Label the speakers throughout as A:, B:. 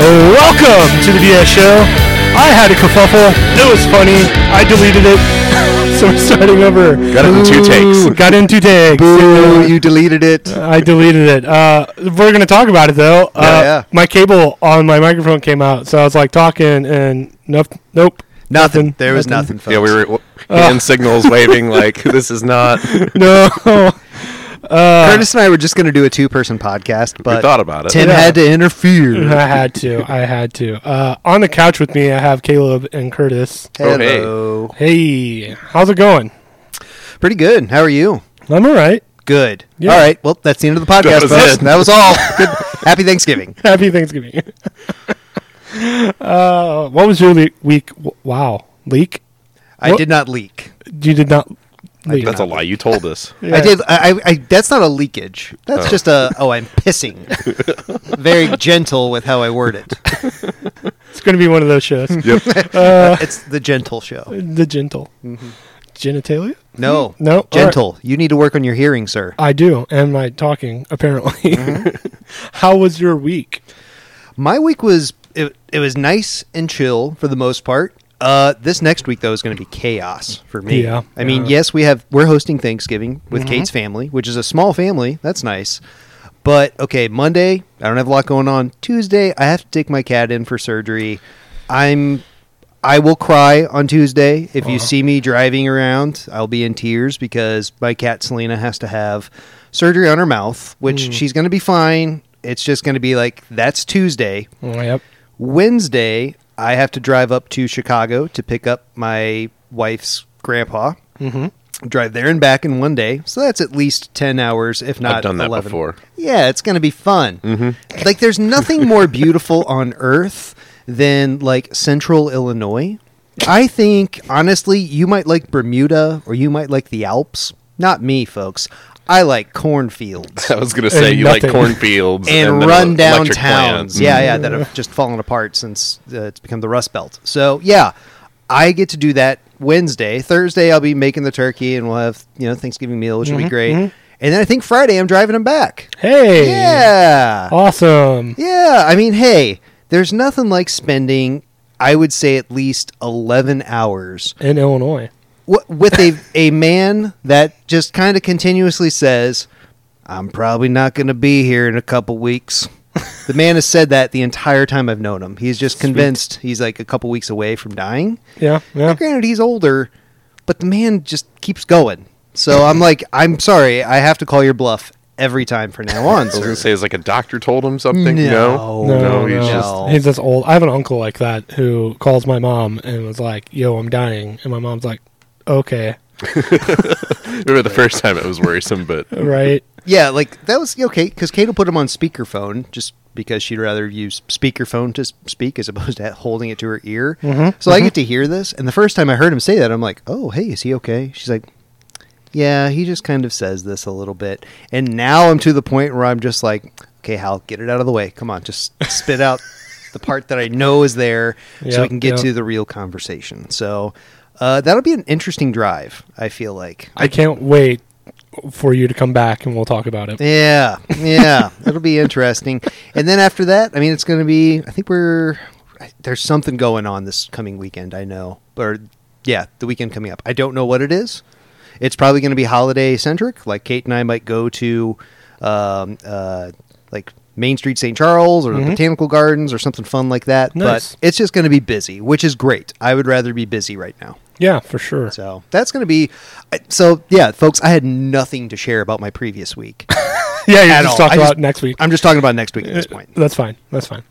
A: Welcome to the BS Show. I had a kerfuffle. It was funny. I deleted it. So we're starting over.
B: Got it in two takes.
A: Got in two takes.
B: Boo, you deleted it.
A: I deleted it. Uh, we're going to talk about it, though. Uh,
B: Yeah, yeah.
A: My cable on my microphone came out, so I was like talking, and nope. nope
C: Nothing. There was nothing. folks.
B: Yeah, we were w- hand signals waving like this is not.
A: no.
C: Curtis and I were just going to do a two-person podcast, but
B: thought about it.
C: Tim
A: Yeah.
C: had to interfere.
A: I had to. I had to. Uh, on the couch with me, I have Caleb and Curtis.
B: Oh, hey.
C: Hello.
A: Hey, how's it going?
C: Pretty good. How are you?
A: I'm all right.
C: Good.
A: Yeah.
C: All right. Well, that's the end of the podcast,
B: That was
C: folks.
B: it.
C: That was all. Good. Happy Thanksgiving.
A: Happy Thanksgiving. uh, what was your le- week? w- Wow, leak.
C: I
A: Well-
C: did not leak.
A: You did not. Leak.
B: That's a lie. You told us.
A: Yeah.
C: I did. I, I, I. That's not a leakage. That's just a. Oh, I'm pissing. Very gentle with how I word it.
A: It's going to be one of those shows.
B: Yep.
C: it's the gentle show.
A: the gentle
C: Mm-hmm.
A: genitalia.
C: No.
A: No, all right.
C: Gentle. You need to work on your hearing, sir.
A: I do, and my talking apparently.
C: Mm-hmm.
A: How was your week?
C: My week was it, it was nice and chill for the most part. Uh, this next week though is going to be chaos for me.
A: Yeah.
C: I mean,
A: Yeah.
C: yes, we have we're hosting Thanksgiving with Kate's family, which is a small family. That's nice. But okay, Monday I don't have a lot going on. Tuesday I have to take my cat in for surgery. I'm I will cry on Tuesday if
B: Uh-huh.
C: you see me driving around. I'll be in tears because my cat Selena has to have surgery on her mouth, which
B: Hmm.
C: she's going to be fine. It's just going to be like that's Tuesday.
A: Oh, yep.
C: Wednesday, I have to drive up to Chicago to pick up my wife's grandpa. Mm-hmm. Drive there and back in one day, so that's at least ten hours, if not
B: done that
C: 11.
B: before.
C: Yeah, it's going to be fun. Mm-hmm. Like, there's nothing more beautiful on earth than like Central Illinois. I think honestly, you might like Bermuda or you might like the Alps. Not me, folks. I like cornfields
B: I was gonna say
A: And
B: you
A: nothing.
B: like cornfields
C: and,
B: then
C: run down
B: electric
C: towns.
B: plants. Mm. Mm-hmm.
C: Yeah, yeah, that have just fallen apart since uh, it's become the Rust Belt. So yeah, I get to do that Wednesday. Thursday, I'll be making the turkey, and we'll have you know Thanksgiving meal, which
B: Mm-hmm.
C: will be great. And then I think Friday, I'm driving them back.
A: Hey.
C: Yeah,
A: Awesome.
C: yeah. I mean, hey, there's nothing like spending. I would say at least eleven hours
A: In Illinois.
C: w- with a a man that just kind of continuously says, "I'm probably not going to be here in a couple weeks." The man has said that the entire time I've known him. He's just convinced he's like a couple weeks away from dying.
A: Yeah. Yeah.
C: Granted, he's older, but the man just keeps going. So I'm like, I'm sorry, I have to call your bluff every time from now on.
B: I was gonna
C: sir."
B: say is like a doctor told him something. No,
C: No,
B: he's
C: no.
B: just
C: No.
A: he's just old. I have an uncle like that who calls my mom and was like, "Yo, I'm dying," and my mom's like, "Okay,
B: remember the first time it was worrisome, but
A: right."
C: Yeah, like that was okay because Kate will put him on speakerphone just because she'd rather use speakerphone to s- speak as opposed to holding it to her ear.
A: Mm-hmm,
C: So I get to hear this, and the first time I heard him say that, I'm like, "Oh, hey, is he okay?" She's like, "Yeah, he just kind of says this a little bit." And now I'm to the point where I'm just like, "Okay, Hal, get it out of the way. Come on, just spit out the part that I know is there, so we
A: Yep,
C: can get
A: yep.
C: to the real conversation." So. Uh, that'll be an interesting drive. I feel like
A: I can't wait for you to come back and we'll talk about it.
C: Yeah, yeah, it'll be interesting. And then after that, I mean, it's going to be. I think we're there's something going on this coming weekend. I know, or yeah, the weekend coming up. I don't know what it is. It's probably going to be holiday centric. Like Kate and I might go to, um, uh, like Main Street St. Charles or the Botanical Gardens or something fun like that.
A: Nice.
C: But it's just going to be busy, which is great. I would rather be busy right now.
A: Yeah, for sure.
C: So that's going to be. I- So yeah, folks, I had nothing to share about my previous week.
A: yeah, you
C: at
A: just
C: all.
A: talk
C: I
A: about
C: just-
A: next week.
C: I'm just Mm-hmm. talking about next week at this point.
A: That's fine. That's fine.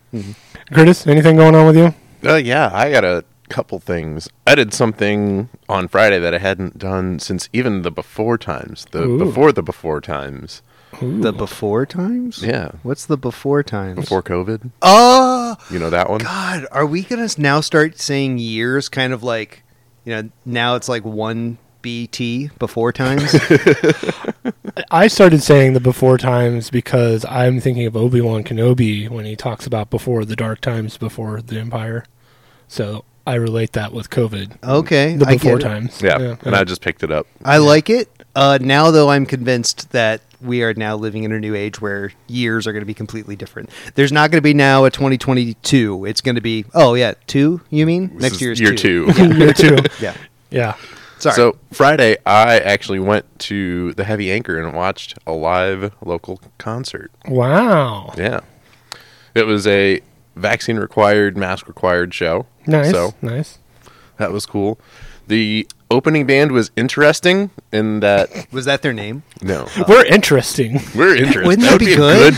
A: Curtis, anything going on with you?
B: Uh, yeah, I got a couple things. I did something on Friday that I hadn't done since even the before times. The
A: Ooh.
B: before the before times.
C: The before times?
B: Yeah.
C: What's the before times?
B: Before COVID.
C: Oh,
B: You know that one?
C: God. Are we going to now start saying years kind of like, you know, now it's like 1BT before times?
A: I started saying the before times because I'm thinking of Obi Wan Kenobi when he talks about before the dark times, before the Empire. So I relate that with COVID.
C: Okay.
A: The
C: Oh, I get
A: before
C: it.
A: times.
B: Yeah. And I just picked it up.
C: I like it. Uh, now, though, I'm convinced that we are now living in a new age where years are going to be completely different. There's not going to be now a 2022. It's going to be, oh, yeah, two, you mean?
B: This
C: Next
B: is
C: year's
B: year
C: two.
B: two.
A: year two.
C: Yeah.
A: Yeah.
C: Sorry.
B: So Friday, I actually went to the Heavy Anchor and watched a live local concert.
A: Wow.
B: Yeah, it was a vaccine required, mask required show.
A: Nice.
B: So
A: Nice.
B: that was cool. The opening band was interesting in that
C: Was that their name?
B: no,
A: We're interesting.
B: we're interesting.
C: Wouldn't that
B: would
C: be
B: a
C: good,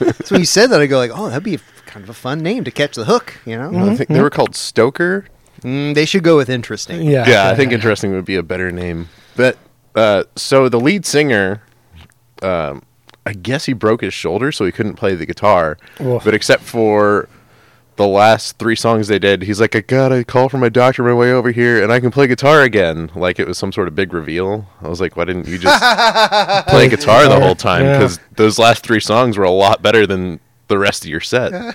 C: right?
B: name.
C: so when you said that, I go like, oh, that'd be kind of a fun name to catch the hook, you know?
B: I think they were called Stoker.
C: Mm, they should go with interesting.
A: Yeah.
B: yeah, I think interesting would be a better name. But uh, so the lead singer, um, I guess he broke his shoulder, so he couldn't play the guitar.
A: Oof.
B: But except for the last three songs they did, he's like, I got a call from my doctor on my way over here, and I can play guitar again. Like it was some sort of big reveal. I was like, why didn't you just play guitar the whole time?
A: Yeah.
B: Because those last three songs were a lot better than the rest of your set.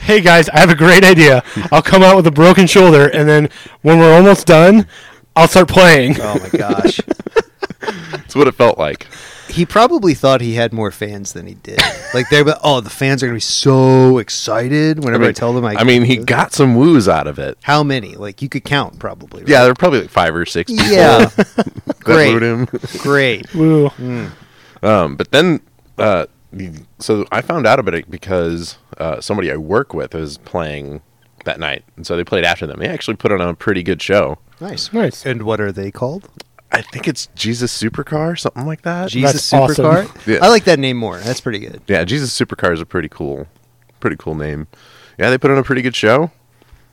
A: Hey guys, I have a great idea. I'll come out with a broken shoulder, and then when we're almost done, I'll start playing.
C: Oh, my gosh.
B: That's what it felt like.
C: he probably thought he had more fans than he did. Like they're like, oh, the fans are gonna be so excited whenever I, tell them. I,
B: I mean, he got some woos out of it.
C: how many? Like you could count probably. right?
B: Yeah, there were probably like five or six people
C: yeah,
B: that
C: Great.
B: wrote him.
C: great.
A: Woo.
B: Um, but then, uh, the- so I found out about it because uh, somebody I work with was playing that night, and so they played after them. They actually put on a pretty good show.
C: Nice,
A: Nice.
C: And what are they called?
B: I think it's Jesus Supercar, something like that.
C: Jesus
A: awesome.
C: Supercar.
B: Yeah.
C: I like that name more. That's pretty good.
B: yeah, Jesus Supercar is a pretty cool, pretty cool name. Yeah, they put on a pretty good show.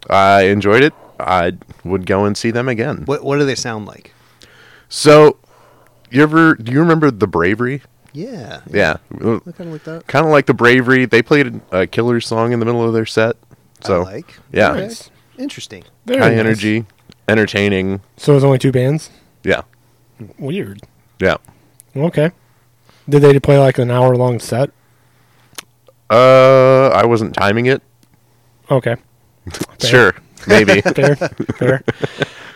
B: I enjoyed it. I would go and see them again.
C: What What do they sound like?
B: So, you ever do you remember the Bravery?
C: Yeah,
B: Yeah,
C: I kind of like that.
B: kind of like the bravery they played a killer song in the middle of their set so
C: I like.
B: yeah
C: All right. Interesting.
A: Very
B: high
A: nice.
B: energy entertaining
A: So it was only two bands.
B: yeah
A: Weird.
B: yeah
A: Okay. Did they play like an hour long set?
B: uh i wasn't timing it
A: Okay. Fair.
B: sure maybe
A: Fair. fair.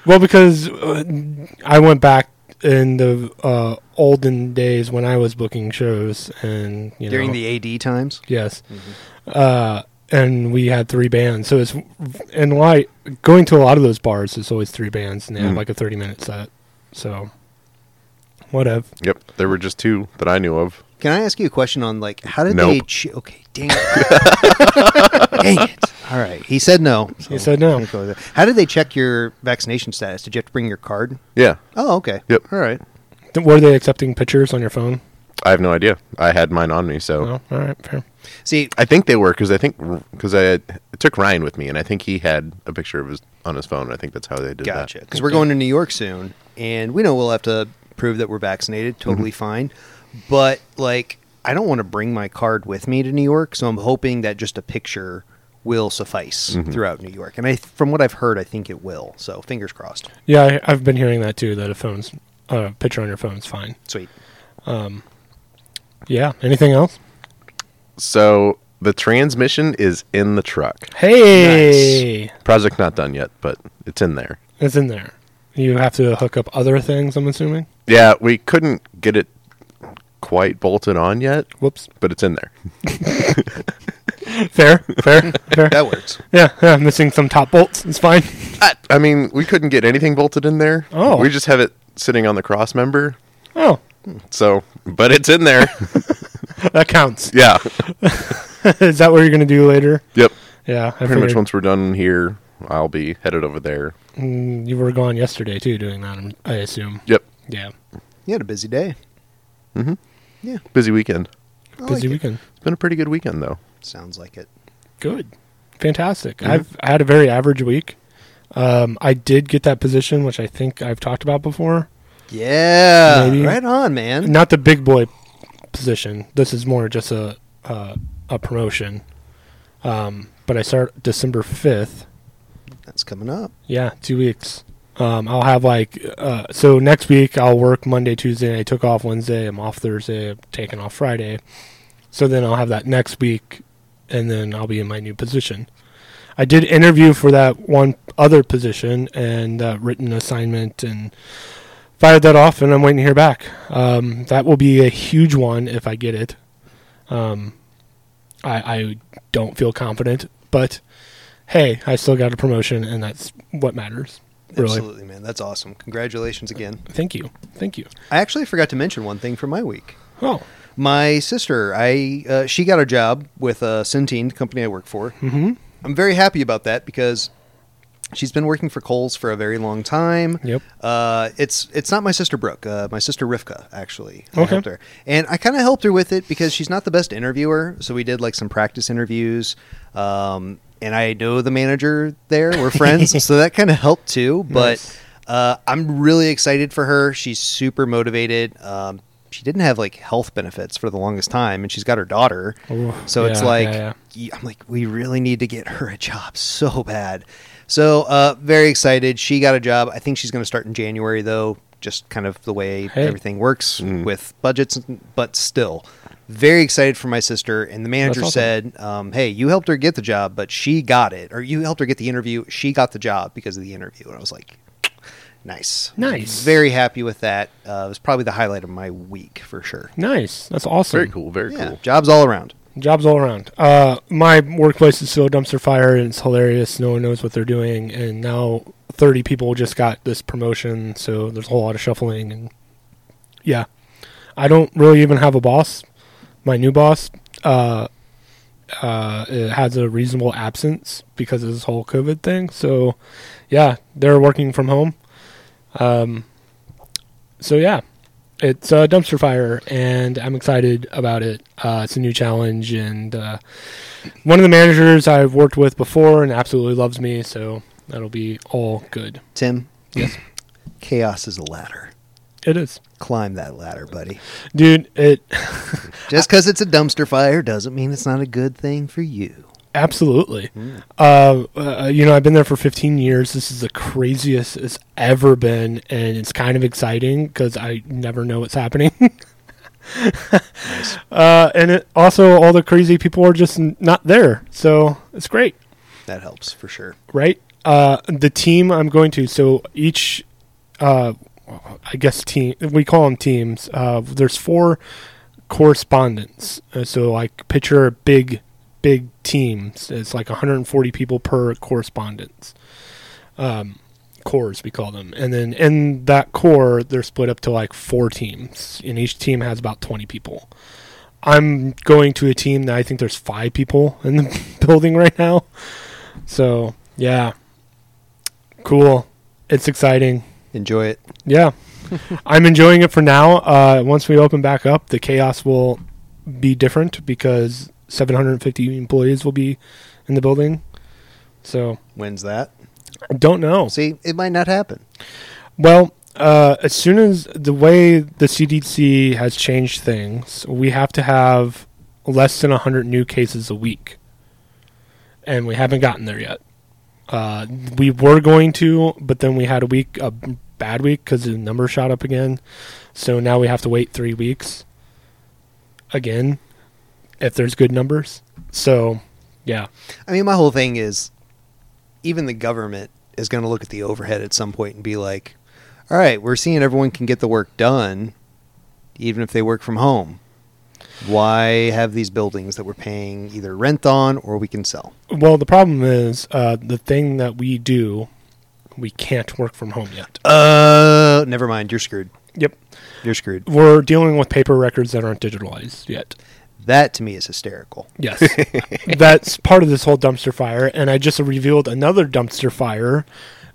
A: Well, because uh, I went back in the uh, olden days when I was booking shows, and you
C: During
A: know,
C: the AD times.
A: Yes. Uh, and we had three bands. So it's and why going to a lot of those bars it's always three bands and they have
B: Mm.
A: like a thirty minute set. So whatever.
B: yep there were just two that i knew of
C: Can I ask you a question on like how did
B: Nope.
C: they? Ch- okay, dang it, dang it. All right, he said no. so
A: He said no.
C: I'm gonna go with that. How did they check your vaccination status? Did you have to bring your card?
B: yeah
C: Oh, okay.
B: Yep.
C: All right.
A: Th- Were they accepting pictures on your phone?
B: i have no idea i had mine on me so
A: No. All right, fair.
C: See,
B: i think they were because i think because i had, I took ryan with me and i think he had a picture of his on his phone i think that's how they did
C: gotcha.
B: that
C: Because we're going to New York soon, and we know we'll have to prove that we're vaccinated.
B: Mm-hmm.
C: Totally fine. But like, I don't want to bring my card with me to New York, so I'm hoping that just a picture will suffice
B: Mm-hmm.
C: throughout New York. And I, from what I've heard, I think it will. So fingers crossed.
A: Yeah, I, I've been hearing that too. That a phone's a picture on your phone's fine.
C: Sweet.
A: Yeah. Anything else?
B: so the transmission is in the truck
A: Hey,
B: project not done yet but it's in there
A: it's in there. You have to hook up other things. I'm assuming.
B: Yeah, we couldn't get it quite bolted on yet,
A: Whoops.
B: but it's in there.
A: Fair. Fair. fair.
C: That works.
A: Yeah. Yeah. Missing some top bolts. It's fine.
C: Uh,
B: I mean, we couldn't get anything bolted in there.
A: Oh.
B: We just have it sitting on the cross member.
A: Oh,
B: So, but it's in there.
A: that counts.
B: yeah.
A: Is that what you're going to do later?
B: Yep.
A: Yeah, I
B: Pretty much
A: figured.
B: once we're done here, I'll be headed over there.
A: Mm, You were gone yesterday too, doing that. I'm- I assume.
B: Yep.
A: Yeah,
C: You had a busy day. Mm-hmm. Yeah.
B: Busy weekend.
C: I like
A: busy
C: it.
A: weekend.
B: It's been a pretty good weekend though.
C: Sounds like it.
A: Good, fantastic. I've I had a very average week. Um, I did get that position, which I think I've talked about before.
C: Yeah.
A: Maybe.
C: Right on, man.
A: Not the big boy position. This is more just a uh, a promotion. Um, but I start December fifth.
C: That's coming up.
A: Yeah, two weeks. Um, I'll have like uh, so next week I'll work Monday, Tuesday. I took off Wednesday. I'm off Thursday. I'm taking off Friday. So then I'll have that next week, and then I'll be in my new position. I did interview for that one other position and uh, written assignment and fired that off, and I'm waiting to hear back. Um, that will be a huge one if I get it. Um, I, I don't feel confident, but hey, I still got a promotion, and that's what matters. Really,
C: Absolutely, man. That's awesome. Congratulations again.
A: thank you, thank you.
C: I actually forgot to mention one thing from my week.
A: Oh,
C: My sister, I uh, she got a job with uh, Centene, the company I work for.
A: mm-hmm.
C: I'm very happy about that because she's been working for Coles for a very long time.
A: Yep.
C: Uh, it's it's not my sister Brooke, uh, my sister Rivka actually. I
A: Okay.
C: helped her, and I kind of helped her with it because she's not the best interviewer. So we did like some practice interviews, um, and I know the manager there. We're friends, so that kind of helped too. But
A: Nice.
C: uh, I'm really excited for her. She's super motivated. Um, she didn't have like health benefits for the longest time, and she's got her daughter.
A: Ooh,
C: so it's
A: Oh, yeah,
C: like
A: yeah, yeah.
C: y- I'm like, we really need to get her a job so bad. So uh, very excited. She got a job. I think she's going to start in January though. Just kind of the way
A: Hey.
C: everything works
B: Mm.
C: with budgets, and- but still very excited for my sister. And the manager
A: awesome.
C: said, um, "Hey, you helped her get the job, but she got it, or you helped her get the interview. She got the job because of the interview." And I was like, "Nice,
A: Nice.
C: Very happy with that. Uh, it was probably the highlight of my week for sure.
A: nice. That's awesome.
B: Very cool. Very
C: Yeah,
B: cool.
C: jobs all around.
A: Jobs all around. Uh, my workplace is still a dumpster fire, and it's hilarious. No one knows what they're doing, and now thirty people just got this promotion, so there's a whole lot of shuffling. And yeah, I don't really even have a boss. My new boss uh, uh, it has a reasonable absence because of this whole COVID thing. So yeah, they're working from home. Um, so yeah, it's a dumpster fire, and I'm excited about it. Uh, it's a new challenge, and uh, one of the managers I've worked with before and absolutely loves me, so that'll be all good.
C: Tim,
A: Yes,
C: chaos is a ladder.
A: it is,
C: Climb that ladder, buddy.
A: dude. It
C: Just because it's a dumpster fire doesn't mean it's not a good thing for you.
A: absolutely. Uh, uh, you know, I've been there for 15 years. This is the craziest it's ever been, and it's kind of exciting because I never know what's happening. uh, and it, also, all the crazy people are just n- not there, so it's great.
C: That helps for sure.
A: right? Uh, the team I'm going to. So each, uh, I guess team we call them teams. Uh, there's four correspondents. Uh, so like picture big, big teams. It's like 140 people per correspondence. Um, cores we call them, and then in that core they're split up to like four teams, and each team has about 20 people. I'm going to a team that I think there's five people in the building right now. So yeah, cool. It's exciting.
C: Enjoy it.
A: Yeah, I'm enjoying it for now. Uh, once we open back up, the chaos will be different because 750 employees will be in the building. So
C: When's that?
A: I don't know.
C: See, it might not happen.
A: Well, uh, as soon as the way the CDC has changed things, we have to have less than 100 new cases a week. And we haven't gotten there yet. Uh, we were going to, but then we had a week, a bad week, because the number shot up again. So now we have to wait three weeks again if there's good numbers. So, yeah.
C: I mean, my whole thing is even the government is going to look at the overhead at some point and be like, all right, we're seeing everyone can get the work done, even if they work from home. Why have these buildings that we're paying either rent on or we can sell?
A: Well, the problem is uh, the thing that we do, we can't work from home yet.
C: Uh, never mind. You're screwed.
A: Yep.
C: You're screwed.
A: We're dealing with paper records that aren't digitalized yet.
C: That to me is hysterical.
A: Yes. That's part of this whole dumpster fire. And I just revealed another dumpster fire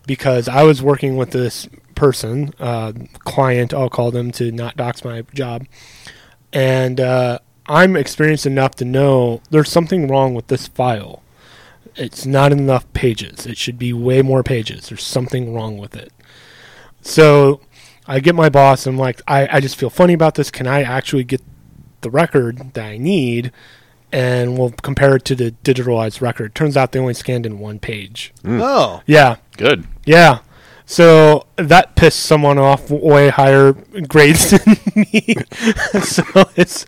A: because I was working with this person, uh, client, I'll call them to not dox my job. And uh, I'm experienced enough to know there's something wrong with this file. It's not enough pages. It should be way more pages. There's something wrong with it. So I get my boss. I'm like, I, I just feel funny about this. Can I actually get the record that I need? And we'll compare it to the digitalized record. Turns out they only scanned in one page.
C: Oh,
A: Yeah,
B: Good.
A: yeah. So that pissed someone off way higher grades than me. so it's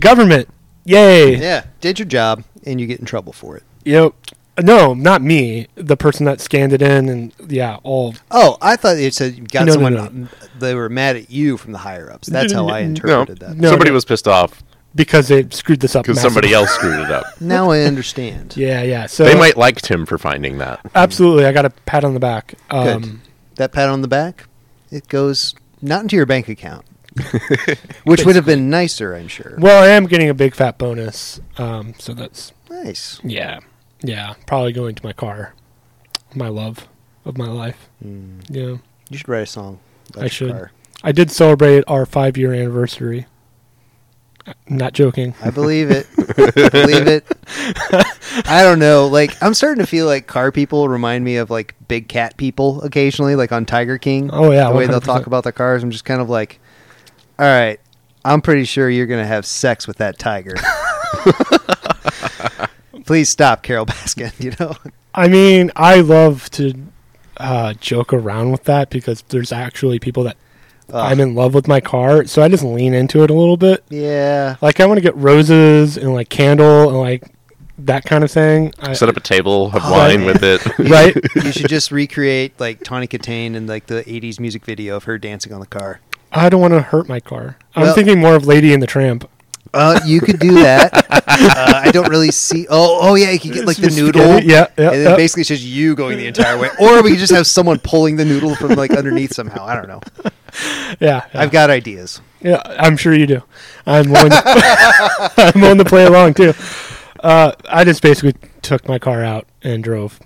A: government. Yay.
C: yeah. Did your job and you get in trouble for it.
A: Yep. no, not me. The person that scanned it in, and yeah, all
C: Oh, I thought it said you got
A: No, no,
C: someone.
A: no.
C: They were mad at you from the higher ups. That's how I
A: No.
C: interpreted that.
A: No,
B: somebody
A: no.
B: was pissed off
A: because they screwed this up.
B: because somebody
A: massively.
B: else screwed it up.
C: Now I understand.
A: Yeah, yeah. So
B: they might liked him for finding that.
A: absolutely. I got a pat on the back.
C: Good.
A: Um,
C: that pat on the back, it goes not into your bank account, which would have been nicer, I'm sure.
A: Well, I am getting a big fat bonus. Um, so that's
C: Nice.
A: yeah, yeah. Probably going to my car, my love of my life.
C: Mm.
A: Yeah,
C: You should write a song. about
A: I
C: your
A: should.
C: car.
A: I did celebrate our five year anniversary. Uh, Not joking.
C: I believe it. I believe it. I don't know. Like I'm starting to feel like car people remind me of like big cat people occasionally, like on Tiger King.
A: Oh, yeah,
C: the way they'll
A: 100%.
C: talk about their cars. I'm just kind of like, all right, I'm pretty sure you're gonna have sex with that tiger. Please stop, Carol Baskin. You know,
A: I mean, I love to uh, joke around with that because there's actually people that I'm in love with my car, so I just lean into it a little bit.
C: yeah.
A: Like I want to get roses and like candle and like that kind of thing. I,
B: Set up a table, have
C: Oh,
B: wine
C: man.
B: with it.
A: right?
C: you should just recreate like Tawny Katane in like the '80s music video of her dancing on the car.
A: I don't want to hurt my car. I'm
C: Well-
A: thinking more of Lady and the Tramp.
C: Uh, you could do that. uh, I don't really see. Oh, oh yeah, you could get like the
A: It's just
C: noodle.
A: spaghetti. Yeah, yeah,
C: And then
A: yeah.
C: basically it's just you going the entire way, or we could just have someone pulling the noodle from like underneath somehow. I don't know.
A: Yeah, yeah.
C: I've got ideas.
A: Yeah, I'm sure you do. I'm willing to, I'm willing to play along too. Uh, I just basically took my car out and drove.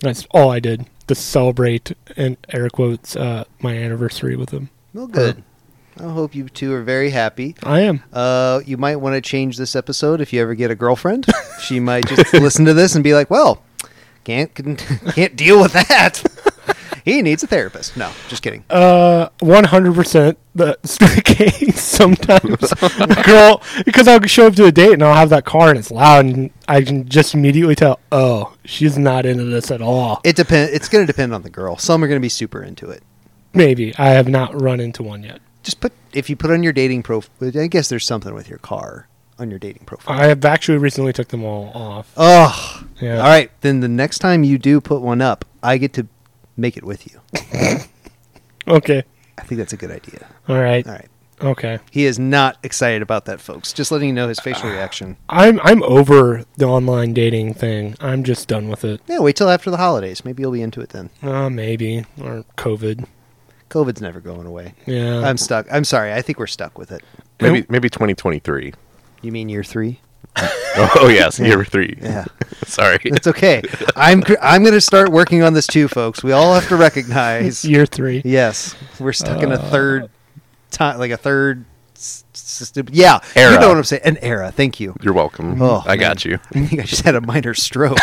A: That's all I did to celebrate and air quotes uh, my anniversary with him.
C: Well, good. I hope you two are very happy.
A: I am.
C: Uh, you might want to change this episode if you ever get a girlfriend. she might just listen to this and be like, "Well, can't can't deal with that." he needs a therapist. No, just kidding.
A: Uh, 100% the stray case sometimes. Girl, because I'll show up to a date and I'll have that car and it's loud and I can just immediately tell, oh, she's not into this at all.
C: It depend. It's going to depend on the girl. Some are going to be super into it.
A: Maybe. I have not run into one yet.
C: just put if you put on your dating profile. I guess there's something with your car on your dating profile.
A: I have actually recently took them all off.
C: Oh,
A: Uh, Yeah.
C: all right. Then the next time you do put one up, I get to make it with you.
A: Okay.
C: I think that's a good idea.
A: All right.
C: All right.
A: Okay.
C: He is not excited about that, folks. Just letting you know his
A: Ah.
C: facial reaction.
A: I'm I'm over the online dating thing. I'm just done with it.
C: Yeah, wait till after the holidays. Maybe you'll be into it then.
A: Uh, maybe or COVID.
C: COVID's never going away.
A: Yeah.
C: I'm stuck. I'm sorry. I think we're stuck with it.
B: Maybe maybe 2023.
C: You mean year three?
B: Oh yes, year three.
C: Yeah.
B: Sorry.
C: It's okay. I'm cr- I'm going to start working on this too, folks. We all have to recognize
A: it's year three.
C: Yes, we're stuck in a third time, like a third s- system. Yeah, you
B: Era.
C: know what I'm saying? An era. Thank you.
B: You're welcome.
C: Oh,
B: I got
C: man.
B: you.
C: I think I just had a minor stroke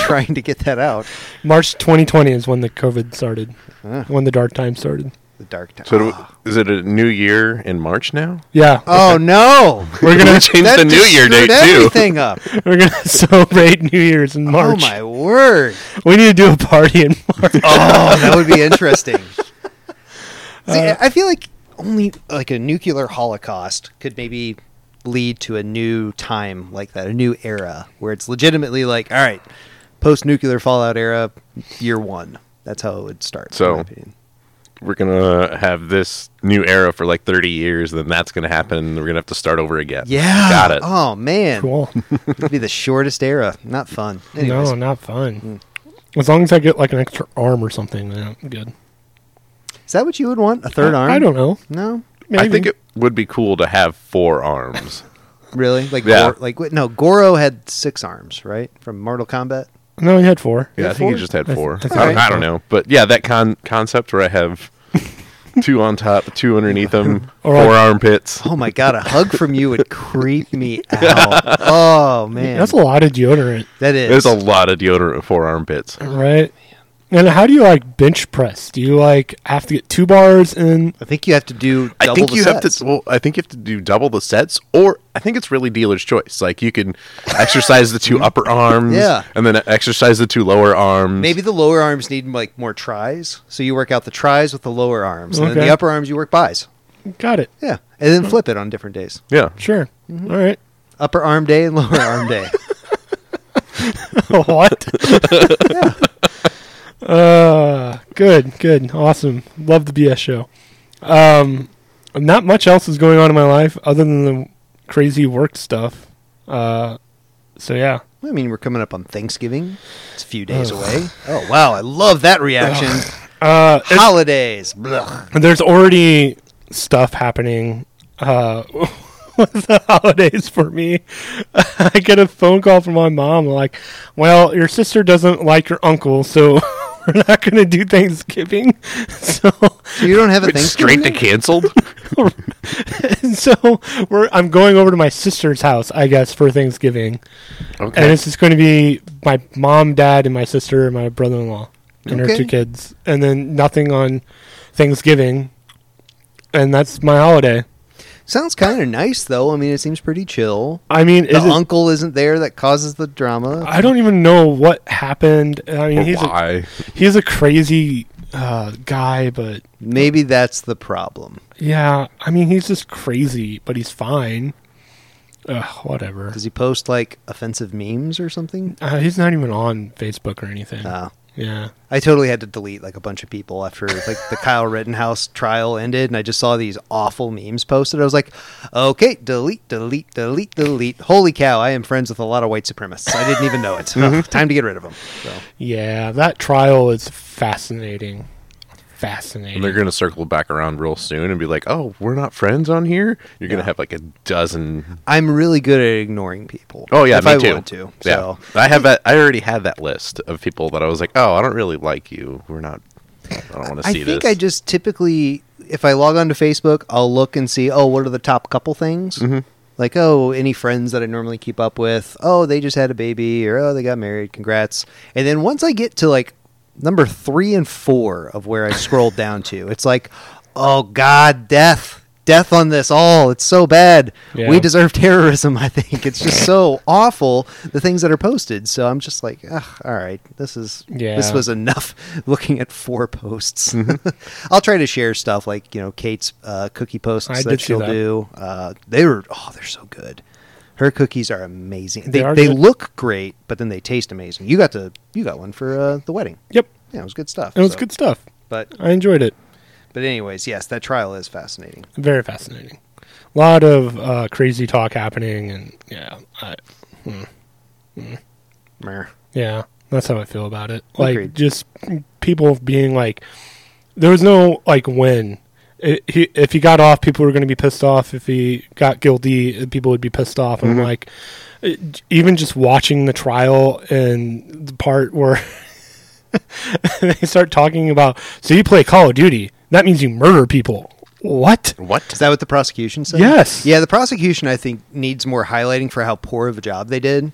C: trying to get that out.
A: March 2020 is when the COVID started.
C: Huh.
A: When the dark time started.
C: The dark time.
B: So do,
C: oh.
B: is it a new year in March now?
A: Yeah.
C: Oh, no!
B: We're gonna change
C: That
B: the new
C: just
B: year
C: screwed
B: date too.
C: everything up.
A: We're gonna celebrate New Year's in
C: Oh
A: March.
C: my word!
A: We need to do a party in March.
C: Oh, that would be interesting. See,
A: Uh,
C: I feel like only like a nuclear holocaust could maybe lead to a new time like that, a new era where it's legitimately like, all right, post nuclear fallout era, year one. That's how it would start. in
B: So-
C: my opinion.
B: We're gonna have this new era for like 30 years. Then that's gonna happen. and We're gonna have to start over again.
C: yeah,
B: Got it.
C: Oh man,
A: Cool.
C: it'd be the shortest era. Not fun. Anyways, Hmm.
A: no, not fun. As long as I get like an extra arm or something, then I'm good.
C: is that what you would want? A third
A: I-
C: arm?
A: I don't know.
C: No,
A: Maybe.
B: I think it would be cool to have four arms.
C: really? Like,
B: Yeah.
C: Gor- like wait, no. Goro had six arms, right? From Mortal Kombat.
A: No, he had four.
B: Yeah, I think he just
A: I
B: had
A: th-
B: four.
A: I think
B: I,
C: he had
B: I don't know, but yeah, that con- concept where I have two on top, two underneath them,
A: Or
B: four
A: like-
B: armpits.
C: Oh my god, a hug from you would creep me out. Oh man,
A: That's a lot of deodorant,
C: that is.
B: There's a lot of deodorant with four armpits.
A: right? And how do you like bench press? Do you like have to get two bars in?
C: I think you have to do. Double
B: I think
C: the
B: you have
C: sets.
B: to. Well, I think you have to do double the sets, or I think it's really dealer's choice. Like you can exercise the two upper arms,
C: Yeah.
B: and then exercise the two lower arms.
C: Maybe the lower arms need like more tries, so you work out the tries with the lower arms, and then
A: Okay.
C: the upper arms you work buys.
A: Got it.
C: Yeah, and then flip it on different days.
B: yeah.
A: Sure. All right.
C: Upper arm day and lower arm day.
A: what? Uh, good, good, awesome. Love the BS show. Um, not much else is going on in my life other than the crazy work stuff. Uh, so yeah,
C: I mean, we're coming up on Thanksgiving. It's a few days away. Oh wow, I love that reaction.
A: uh,
C: Holidays. Blah.
A: there's already stuff happening uh, with the holidays for me. I get a phone call from my mom like, "Well, your sister doesn't like your uncle, so we're not going to do Thanksgiving." So,
C: So you don't have a
B: It's
C: Thanksgiving.
B: straight to canceled.
A: so we're I'm going over to my sister's house, I guess, for Thanksgiving, and
B: Okay.
A: it's just going to be my mom, dad, and my sister, and my brother-in-law, and her
C: Okay.
A: two kids, and then nothing on Thanksgiving, and that's my holiday.
C: Sounds kind of nice though. I mean, it seems pretty chill.
A: I mean,
C: The
A: is it,
C: uncle isn't there that causes the drama.
A: I don't even know what happened. I mean,
B: Or
A: he's a,
B: why?
A: he's a crazy uh, guy, but
C: Maybe that's the problem.
A: yeah, I mean, he's just crazy, but he's fine. Ugh, whatever.
C: Does he post like offensive memes or something?
A: Uh, he's not even on Facebook or anything.
B: Ah.
C: Uh,
A: yeah.
C: I totally had to delete like a bunch of people after like the Kyle Rittenhouse trial ended, and I just saw these awful memes posted. I was like, okay, delete, delete, delete, delete. Holy cow! I am friends with a lot of white supremacists. I didn't even know it.
B: Mm-hmm.
C: Oh, time to get rid of them. So.
A: Yeah, that trial is fascinating. Fascinating.
B: And they're gonna circle back around real soon and be like, "Oh, we're not friends on here." You're gonna
C: Yeah.
B: have like a dozen.
C: I'm really good at ignoring people.
B: Oh yeah,
C: if
B: me
C: I
B: too.
C: want to.
B: Yeah,
C: So
B: I have that. I already had that list of people that I was like, "Oh, I don't really like you. We're not. I don't want to
C: I
B: see
C: think
B: this."
C: I just typically, if I log on to Facebook, I'll look and see, oh, what are the top couple things?
B: Mm-hmm.
C: Like, oh, any friends that I normally keep up with. Oh, they just had a baby, or oh, they got married. Congrats. And then once I get to like number three and four of where I scrolled down to, it's like, oh, God, death. Death on this all. It's so bad.
A: Yeah.
C: We deserve terrorism, I think. It's just so awful, the things that are posted. So I'm just like, ugh, all right, this is, this
A: Yeah.
C: was enough looking at four posts. I'll try to share stuff like you know Kate's uh, cookie posts
A: Mm-hmm. I
C: that
A: did see
C: she'll
A: that.
C: do. Uh, they were oh they're so good. Her cookies are amazing. They
A: They
C: they,
A: are good.
C: look great, but then they taste amazing. You got the you got one for uh, the wedding.
A: Yep,
C: Yeah, it was good stuff.
A: it was
C: so-
A: good stuff.
C: But
A: I enjoyed it.
C: but anyways, yes, that trial is fascinating.
A: Very fascinating. A lot of uh, crazy talk happening, and yeah, I,
C: Meh.
A: yeah, that's how I feel about it. Like
C: Agreed.
A: just people being like, there was no like when. I he, if he got off, people were going to be pissed off. If he got guilty, uh, people would be pissed off. And I'm like, it- even just watching the trial and the part where they start talking about, so you play Call of Duty, that means you murder people. What?
C: Is
B: what?
C: that what the prosecution said?
A: Yes.
C: Yeah, the prosecution I think needs more highlighting for how poor of a job they did.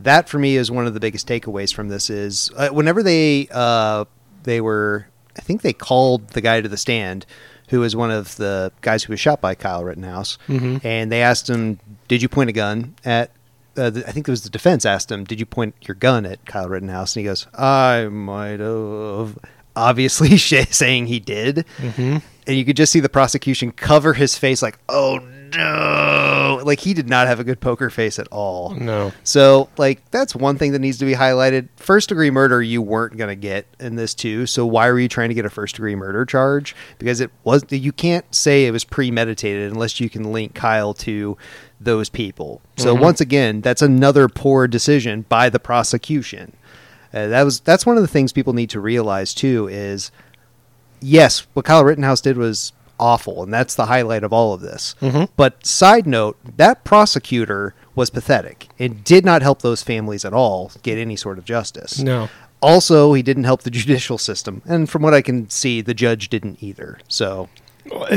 C: That for me is one of the biggest takeaways from this is uh, whenever they uh, they were I think they called the guy to the stand who was one of the guys who was shot by Kyle Rittenhouse and they asked him did you point a gun at uh, the, I think it was the defense asked him did you point your gun at Kyle Rittenhouse and he goes I might have obviously saying he did and you could just see the prosecution cover his face like oh no like he did not have a good poker face at all
A: No.
C: so like that's one thing that needs to be highlighted first degree murder you weren't going to get in this too so why were you trying to get a first degree murder charge because it was you can't say it was premeditated unless you can link kyle to those people so once again that's another poor decision by the prosecution uh, that was that's one of the things people need to realize too is yes, what Kyle Rittenhouse did was awful, and that's the highlight of all of this. But side note, that prosecutor was pathetic and did not help those families at all get any sort of justice.
A: No.
C: Also, he didn't help the judicial system, and from what I can see, the judge didn't either. So,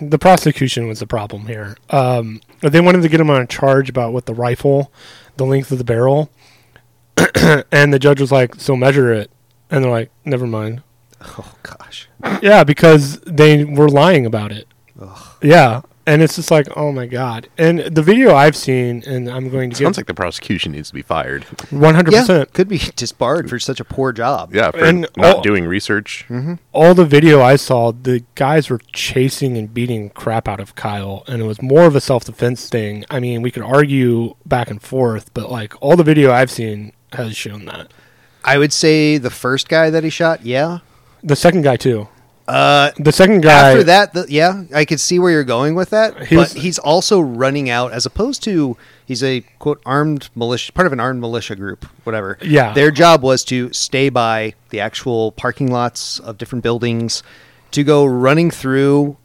A: the prosecution was the problem here. Um, they wanted to get him on a charge about what the rifle, the length of the barrel, and the judge was like, "So measure it," and they're like, "Never mind."
C: oh gosh,
A: Yeah, because they were lying about it. Yeah, and it's just like, oh my god! And the video I've seen, and I'm going to
B: Sounds
A: get
B: like the prosecution needs to be fired.
A: one hundred
C: Yeah,
A: percent.
C: could be disbarred for such a poor job.
B: Yeah, for
A: And oh. Mm-hmm.
B: not
A: all-
B: doing research.
A: All the video I saw, the guys were chasing and beating crap out of Kyle, and it was more of a self defense thing. I mean, we could argue back and forth, but like all the video I've seen has shown that.
C: I would say the first guy that he shot, yeah.
A: The second guy too.
C: Uh,
A: The second guy
C: after that, the, yeah, I could see where you're going with that.
A: He was-
C: but he's also running out, as opposed to he's a quote armed militia, part of an armed militia group, whatever.
A: Yeah.
C: their job was to stay by the actual parking lots of different buildings, to go running through.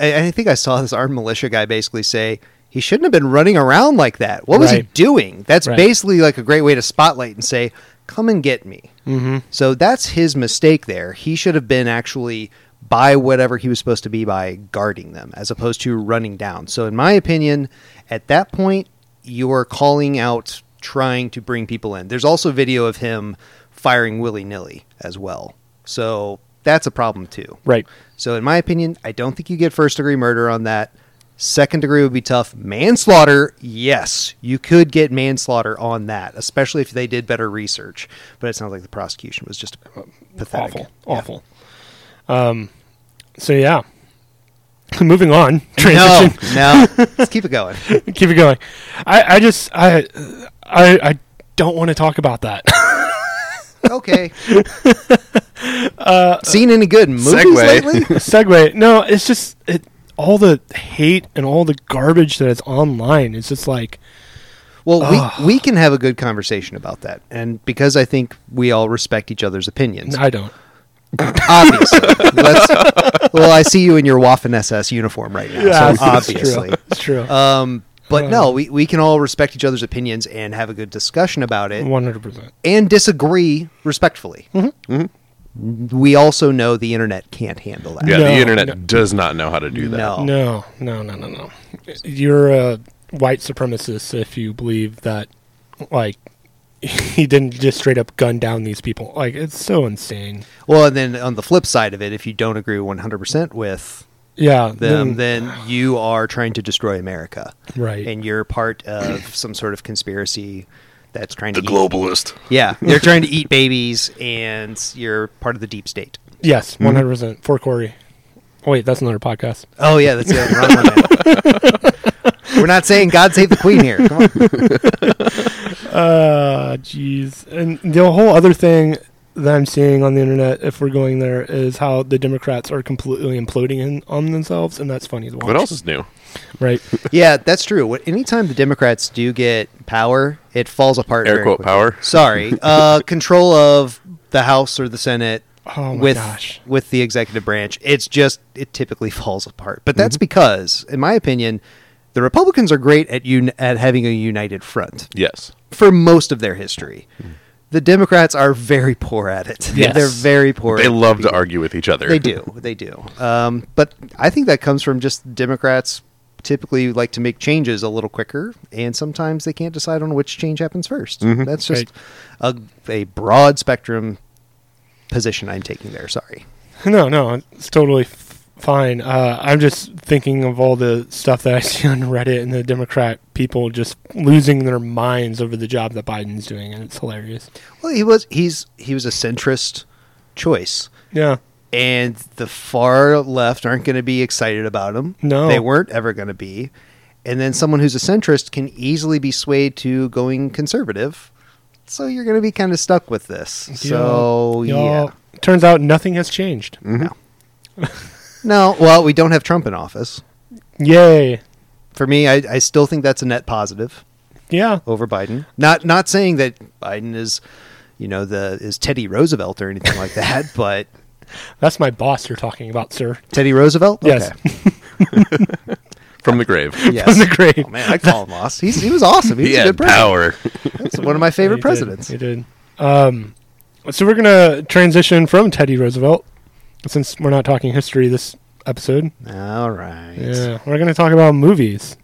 C: I, I think I saw this armed militia guy basically say. He shouldn't have been running around like that. What was he
A: Right.
C: doing? That's
A: Right.
C: basically like a great way to spotlight and say, "Come and get me." So that's his mistake there. He should have been actually by whatever he was supposed to be by guarding them as opposed to running down. So in my opinion, at that point you're calling out trying to bring people in. There's also video of him firing willy-nilly as well. So that's a problem too.
A: right.
C: So in my opinion, I don't think you get first degree murder on that. Second degree would be tough. Manslaughter, yes, you could get manslaughter on that, especially if they did better research. But it sounds like the prosecution was just pathetic.
A: Uh, Awful. Awful. Um. So yeah. Moving on. Transition.
C: No, no. Let's keep it going.
A: keep it going. I, I just I I I don't want to talk about that.
C: Okay.
A: Uh,
C: Seen any good movies
B: Segue.
C: lately?
A: Segue. No, it's just it, all the hate and all the garbage that is online. It's just like
C: Well,
A: Ugh.
C: we, we can have a good conversation about that. And because I think we all respect each other's opinions.
A: I don't.
C: obviously. Let's, well, I see you in your Waffen SS uniform right now.
A: Yes,
C: so
A: it's true. Uh,
C: obviously.
A: It's true.
C: Um, but no, we, we can all respect each other's opinions and have a good discussion about it
A: One hundred percent.
C: and disagree respectfully. We also know the internet can't handle that.
B: Mm-hmm. Yeah,
A: No,
B: the internet
A: no.
B: does not know how to do that.
C: No.
A: No, no, no, no, no. You're a white supremacist if you believe that, like, he didn't just straight up gun down these people. Like, it's so insane.
C: Well, and then on the flip side of it, if you don't agree 100% with
A: Yeah,
C: them, then you are trying to destroy America.
A: Right.
C: And you're part of some sort of conspiracy that's trying
B: The
C: to eat
B: globalist.
C: Yeah, they're trying to eat babies, and you're part of the deep state.
A: yes,
C: Mm-hmm.
A: one hundred percent for Corey. Oh, wait, that's another podcast.
C: Oh yeah, that's the other wrong one. man. We're not saying God save the Queen here. Come on.
A: Uh, jeez. And the whole other thing that I'm seeing on the internet, if we're going there, is how the Democrats are completely imploding in, on themselves, and that's funny to watch.
B: What else is new?
A: Right.
C: Yeah, that's true. What anytime the Democrats do get power, it falls apart.
B: Air
C: very
B: quote
C: quickly.
B: power.
C: Sorry, uh, control of the House or the Senate.
A: Oh, my
C: with
A: gosh.
C: with the executive branch, it's just it typically falls apart. But that's because, in my opinion, the Republicans are great at un- at having a united front.
B: Yes.
C: for most of their history. The Democrats are very poor at it.
A: Yes.
C: They're very poor.
B: They
C: at
B: love to
C: beating-
B: argue with each other.
C: They do. They do. Um, but I think that comes from just Democrats typically like to make changes a little quicker, and sometimes they can't decide on which change happens 1st That's just a, a broad spectrum position I'm taking there. Sorry.
A: No, no, it's totally f- fine. Uh, I'm just thinking of all the stuff that I see on Reddit and the Democrat people just losing their minds over the job that Biden's doing, and it's hilarious.
C: Well, he was he's he was a centrist choice.
A: Yeah,
C: and the far left aren't going to be excited about him.
A: No.
C: they weren't ever going to be. And then someone who's a centrist can easily be swayed to going conservative. So you're going to be kind of stuck with this. So yeah,
A: Y'all- Turns out nothing has changed.
C: Mm-hmm. no. Well, we don't have Trump in office.
A: Yay!
C: For me, I, I still think that's a net positive
A: Yeah,
C: over Biden. Not not saying that Biden is, you know, the is Teddy Roosevelt or anything like that, but
A: that's my boss you're talking about, sir.
C: Teddy Roosevelt.
A: Yes.
C: Okay.
B: From the grave.
C: yes.
A: From the grave.
C: Oh man, I call him lost. He's, he was awesome. He was
B: He
C: a good
B: had
C: president.
B: power.
C: That's one of my favorite
A: You did,
C: presidents.
A: You did. Um, so we're gonna transition from Teddy Roosevelt, since we're not talking history this episode.
C: All right.
A: Yeah, we're gonna talk about movies,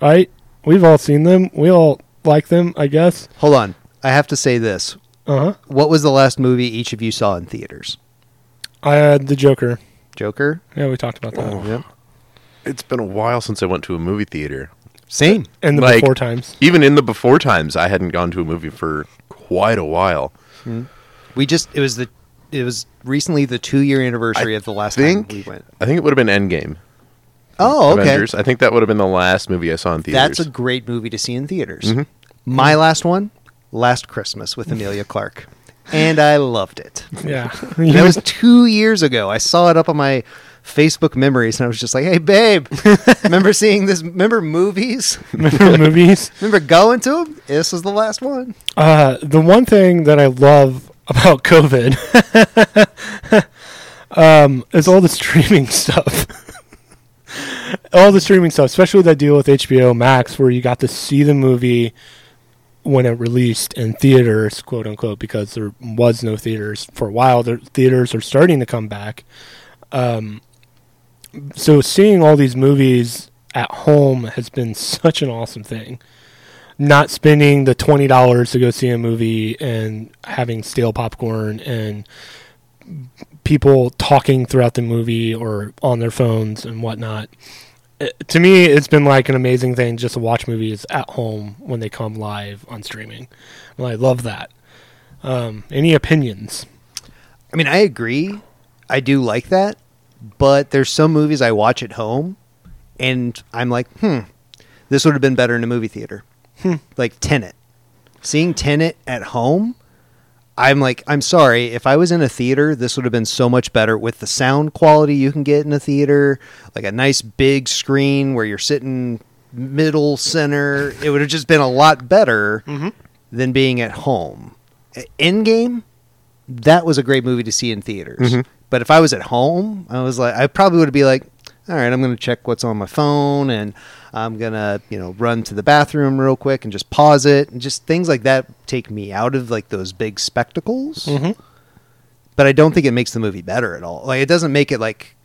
A: right? We've all seen them. We all like them, I guess.
C: Hold on. I have to say this.
A: Uh huh.
C: What was the last movie each of you saw in theaters?
A: I had the Joker.
C: Joker?
A: Oh.
C: Oh.
A: Yeah, we talked about that.
C: Yep.
B: it's been a while since I went to a movie theater.
C: Same.
A: And the
B: Like-
A: before times.
B: Even in the before times, I hadn't gone to a movie for quite a while.
C: We just it was the it was recently the two year anniversary
B: I
C: of the last
B: think-
C: time we went.
B: I think it would have been Endgame.
C: Oh, okay.
B: Avengers. I think that would have been the last movie I saw in theaters.
C: That's a great movie to see in theaters. My last one, Last Christmas with Amelia Clark, and I loved it.
A: Yeah.
C: That was two years ago. I saw it up on my Facebook memories, and I was just like, "Hey, babe, remember seeing this? Remember movies?
A: Remember movies.
C: Remember going to them? This was the last one."
A: Uh, the one thing that I love about COVID um, is all the streaming stuff. all the streaming stuff, especially that deal with HBO Max, where you got to see the movie when it released in theaters, quote unquote, because there was no theaters for a while. The theaters are starting to come back. Um, so seeing all these movies at home has been such an awesome thing not spending the twenty dollars to go see a movie and having stale popcorn and people talking throughout the movie or on their phones and whatnot. Uh, to me, it's been like an amazing thing just to watch movies at home when they come live on streaming. Well, I love that. Um, any opinions?
C: I mean, I agree. I do like that, but there's some movies I watch at home, and I'm like, hmm, this would have been better in a movie theater. Like Tenet, seeing Tenet at home, I'm like, I'm sorry. If I was in a theater, this would have been so much better with the sound quality you can get in a theater, like a nice big screen where you're sitting middle center. It would have just been a lot better than being at home. E-, Endgame, that was a great movie to see in theaters.
B: Mm-hmm.
C: But if I was at home, I was like, I probably would be like, all right, I'm going to check what's on my phone and I'm going to, you know, run to the bathroom real quick and just pause it and just things like that take me out of like those big spectacles.
B: Mm-hmm.
C: But I don't think it makes the movie better at all. Like, it doesn't make it like,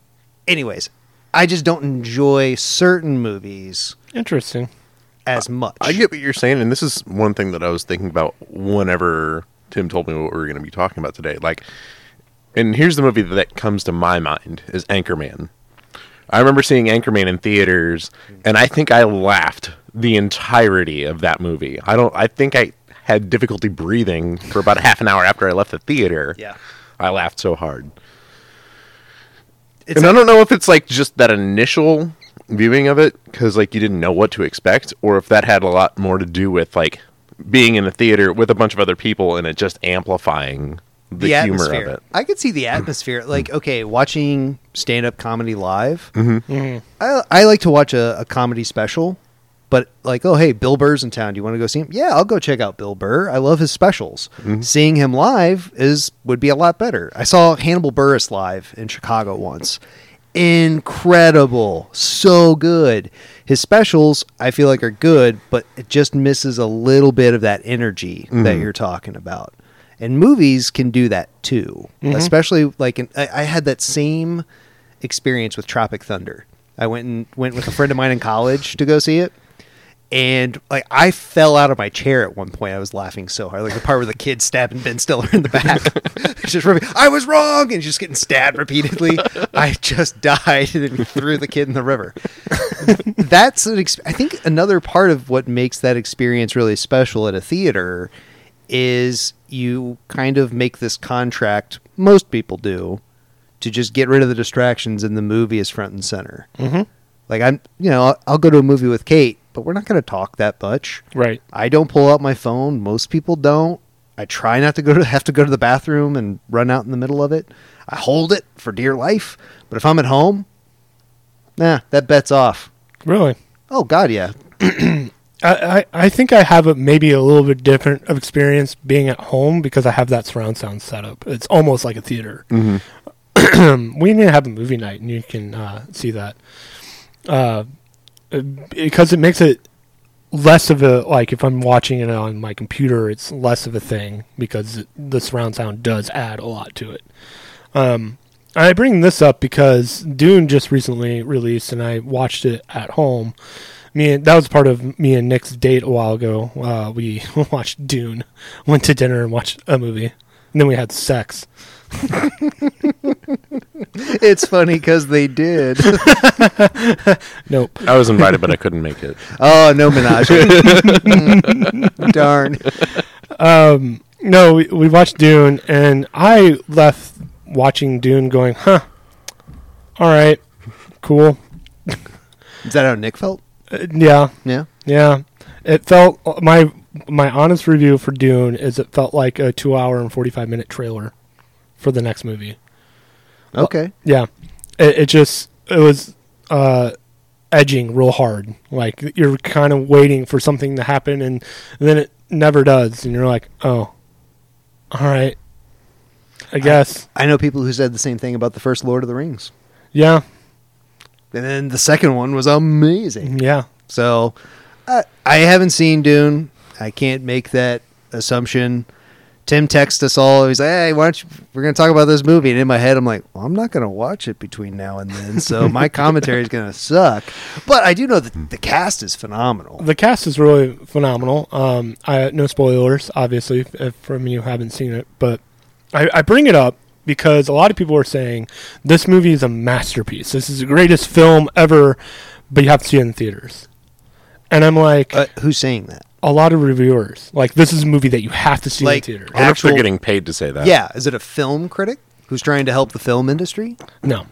C: anyways, I just don't enjoy certain movies
A: Interesting.
C: as much.
B: I get what you're saying, and this is one thing that I was thinking about whenever Tim told me what we were going to be talking about today. Like, and here's the movie that comes to my mind is Anchorman. I remember seeing Anchorman in theaters, and I think I laughed the entirety of that movie. I don't. I think I had difficulty breathing for about half an hour after I left the theater.
C: Yeah.
B: I laughed so hard.
C: It's
B: and I don't know if it's like just that initial viewing of it because like you didn't know what to expect, or if that had a lot more to do with like being in the theater with a bunch of other people and it just amplifying the, humor of
C: atmosphere.
B: it.
C: I could see the atmosphere. Like, okay, watching stand up comedy live,
A: Mhm.
C: I, I like to watch a, a comedy special, but like, oh, hey, Bill Burr's in town. Do you want to go see him? Yeah, I'll go check out Bill Burr. I love his specials. Seeing him live is would be a lot better. I saw Hannibal Burris live in Chicago once. Incredible. So good. His specials, I feel like, are good, but it just misses a little bit of that energy that you're talking about. And movies can do that too, especially like in, I, I had that same experience with Tropic Thunder. I went and went with a friend of mine in college to go see it, and like I fell out of my chair at one point. I was laughing so hard, like the part where the kid stabbing Ben Stiller in the back. It's just really- I was wrong, and just getting stabbed repeatedly. I just died, and then we threw the kid in the river. That's an ex- I think another part of what makes that experience really special at a theater is you kind of make this contract. Most people do to just get rid of the distractions and the movie is front and center. Mm-hmm. Like I'm, you know, I'll, I'll go to a movie with Kate, but we're not going to talk that much.
A: Right.
C: I don't pull out my phone. Most people don't. I try not to go to have to go to the bathroom and run out in the middle of it. I hold it for dear life. But if I'm at home, nah, that bet's off.
A: Really.
C: Oh God, yeah.
A: I, I I think I have a, maybe a little bit different of experience being at home because I have that surround sound setup. It's almost like a theater. we need to have a movie night, and you can uh, see that uh, because it makes it less of a like if I'm watching it on my computer, it's less of a thing because the surround sound does add a lot to it. Um, I bring this up because Dune just recently released, and I watched it at home. Me and that was part of me and Nick's date a while ago. Uh, we watched Dune, went to dinner and watched a movie, and then we had sex.
C: it's funny because they did.
A: Nope.
B: I was invited, but I couldn't make it.
C: Oh no, Menagerie. Darn.
A: Um, no, we, we watched Dune, and I left watching Dune going, huh, all right, cool.
C: Is that how Nick felt?
A: Uh, yeah,
C: Yeah.
A: yeah. It felt, uh, my my honest review for Dune is it felt like a two hour and 45 minute trailer for the next movie.
C: Okay.
A: Yeah. It, it just, it was uh, edging real hard. Like, you're kind of waiting for something to happen, and, and then it never does, and you're like, oh, all right. I guess.
C: I know people who said the same thing about the first Lord of the Rings,
A: yeah.
C: and then the second one was amazing.
A: Yeah.
C: So, I I haven't seen Dune. I can't make that assumption. Tim texted us all. He's like, "Hey, why don't you? We're going to talk about this movie." And in my head, I'm like, "Well, I'm not going to watch it between now and then, so my commentary is going to suck." But I do know that the cast is phenomenal.
A: The cast is really phenomenal. Um, I no spoilers, obviously, if, if from you haven't seen it, but I, I bring it up because a lot of people are saying this movie is a masterpiece. This is the greatest film ever, but you have to see it in theaters. And I'm like,
C: Uh, who's saying that?
A: a lot of reviewers like this is a movie that you have to see
C: Like-
A: in theaters.
B: I wonder if
C: Actual-
B: they're getting paid to say that.
C: Yeah, is it a film critic who's trying to help the film industry?
A: No,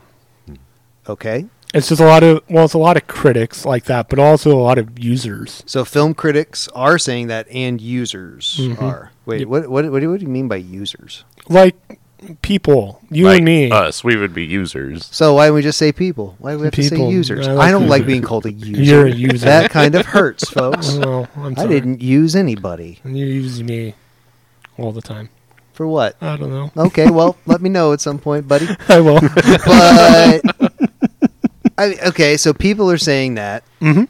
C: Okay.
A: it's just a lot of well, it's a lot of critics like that, but also a lot of users.
C: So film critics are saying that, and users are. Wait, what, what? What? do- What do you mean by users?
A: Like people, you
B: like
A: and me.
B: us, we would be users.
C: So why don't we just say people? Why do we have to say
A: People.
C: users?
A: I
C: I,
A: like
C: don't like
A: user.
C: being called a user.
A: You're a user.
C: That kind of hurts, folks.
A: Well, I'm
C: I
A: sorry.
C: didn't use anybody
A: And you use me all the time.
C: for what.
A: I don't know.
C: Okay, well, let me know at some point, buddy.
A: I will.
C: But I, okay, so people are saying that.
A: Mhm.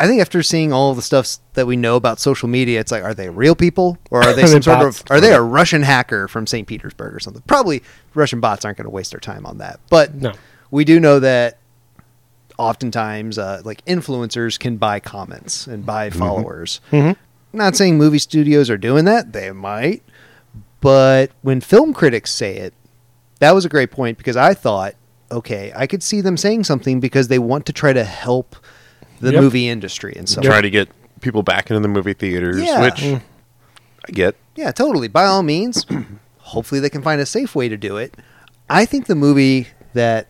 C: I think after seeing all the stuff that we know about social media, it's like, are they real people or are they
A: Are
C: some
A: they
C: sort
A: bots?
C: of? Are they a Russian hacker from St. Petersburg or something? Probably Russian bots aren't going to waste their time on that. But
A: No.
C: we do know that oftentimes, uh, like influencers can buy comments and buy followers.
A: Mhm.
B: Mm-hmm.
C: Not saying movie studios are doing that; they might. But when film critics say it, that was a great point because I thought, okay, I could see them saying something because they want to try to help the
A: Yep.
C: movie industry in some
B: Try
C: way.
B: to get people back into the movie theaters,
C: Yeah.
B: which
C: Mm.
B: I get.
C: Yeah, totally. By all means, hopefully they can find a safe way to do it. I think the movie that,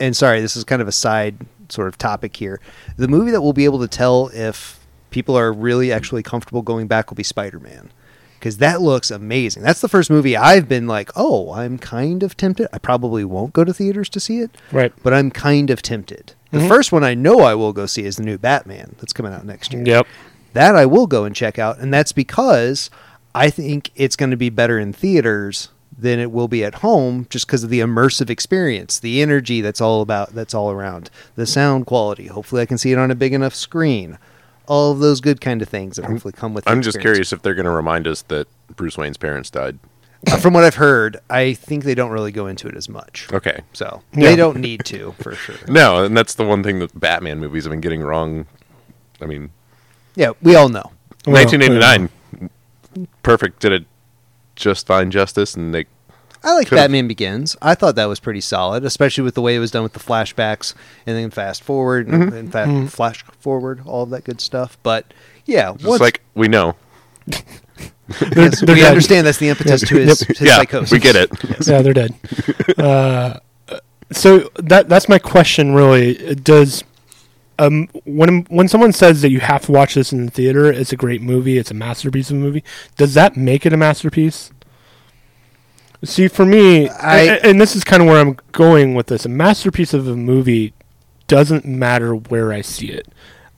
C: and sorry, this is kind of a side sort of topic here. The movie that will be able to tell if people are really actually comfortable going back will be Spider Man. Because that looks amazing. That's the first movie I've been like, oh, I'm kind of tempted. I probably won't go to theaters to see it
A: Right.
C: but I'm kind of tempted. The first one I know I will go see is the new Batman that's coming out next year.
A: Yep.
C: That I will go and check out, and that's because I think it's going to be better in theaters than it will be at home just because of the immersive experience, the energy that's all about that's all around, the sound quality. Hopefully I can see it on a big enough screen. All of those good kind of things that hopefully come with the
B: I'm just
C: experience.
B: curious if they're going to remind us that Bruce Wayne's parents died.
C: Uh, From what I've heard, I think they don't really go into it as much.
B: Okay.
C: So,
A: Yeah.
C: they don't need to for sure.
B: No, and that's the one thing that Batman movies have been getting wrong. I mean,
C: Yeah, we all know.
A: Well,
B: 1989, perfect did it just fine justice, and they
C: I like
B: Could've-
C: Batman Begins. I thought that was pretty solid, especially with the way it was done with the flashbacks and then fast forward and,
B: Mm-hmm.
C: and fa- flash forward, all of that good stuff. But yeah,
B: just like we know.
A: They're,
C: yes,
A: they're
C: we
A: dead.
C: understand that's the impetus to his, his
B: yeah,
C: psychosis.
B: we get it.
A: Yeah, they're dead. uh, so that that's my question. Really, does um when when someone says that you have to watch this in the theater, it's a great movie, it's a masterpiece of a movie. Does that make it a masterpiece? See, for me,
C: I-
A: a- and this is kind of where I'm going with this. A masterpiece of a movie doesn't matter where I see it.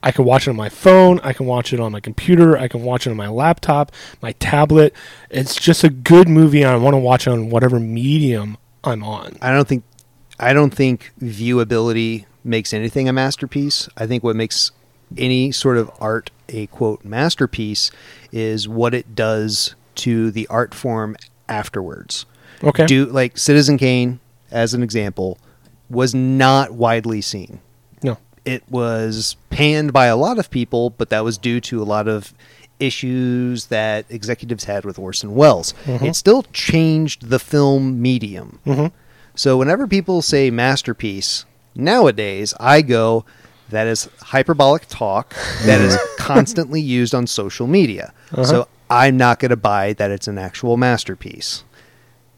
A: I can watch it on my phone. I can watch it on my computer. I can watch it on my laptop, my tablet. It's just a good movie, and I want to watch it on whatever medium I'm on.
C: I don't think I don't think viewability makes anything a masterpiece. I think what makes any sort of art a quote masterpiece is what it does to the art form afterwards.
A: Okay.
C: Do like Citizen Kane as an example was not widely seen.
A: no.
C: It was panned by a lot of people, but that was due to a lot of issues that
A: Mm-hmm.
C: executives had with Orson Welles. It still changed the film medium. So whenever people say masterpiece nowadays, I go, that is hyperbolic talk that is constantly used on social media.
A: Uh-huh.
C: So I'm not going to buy that it's an actual masterpiece.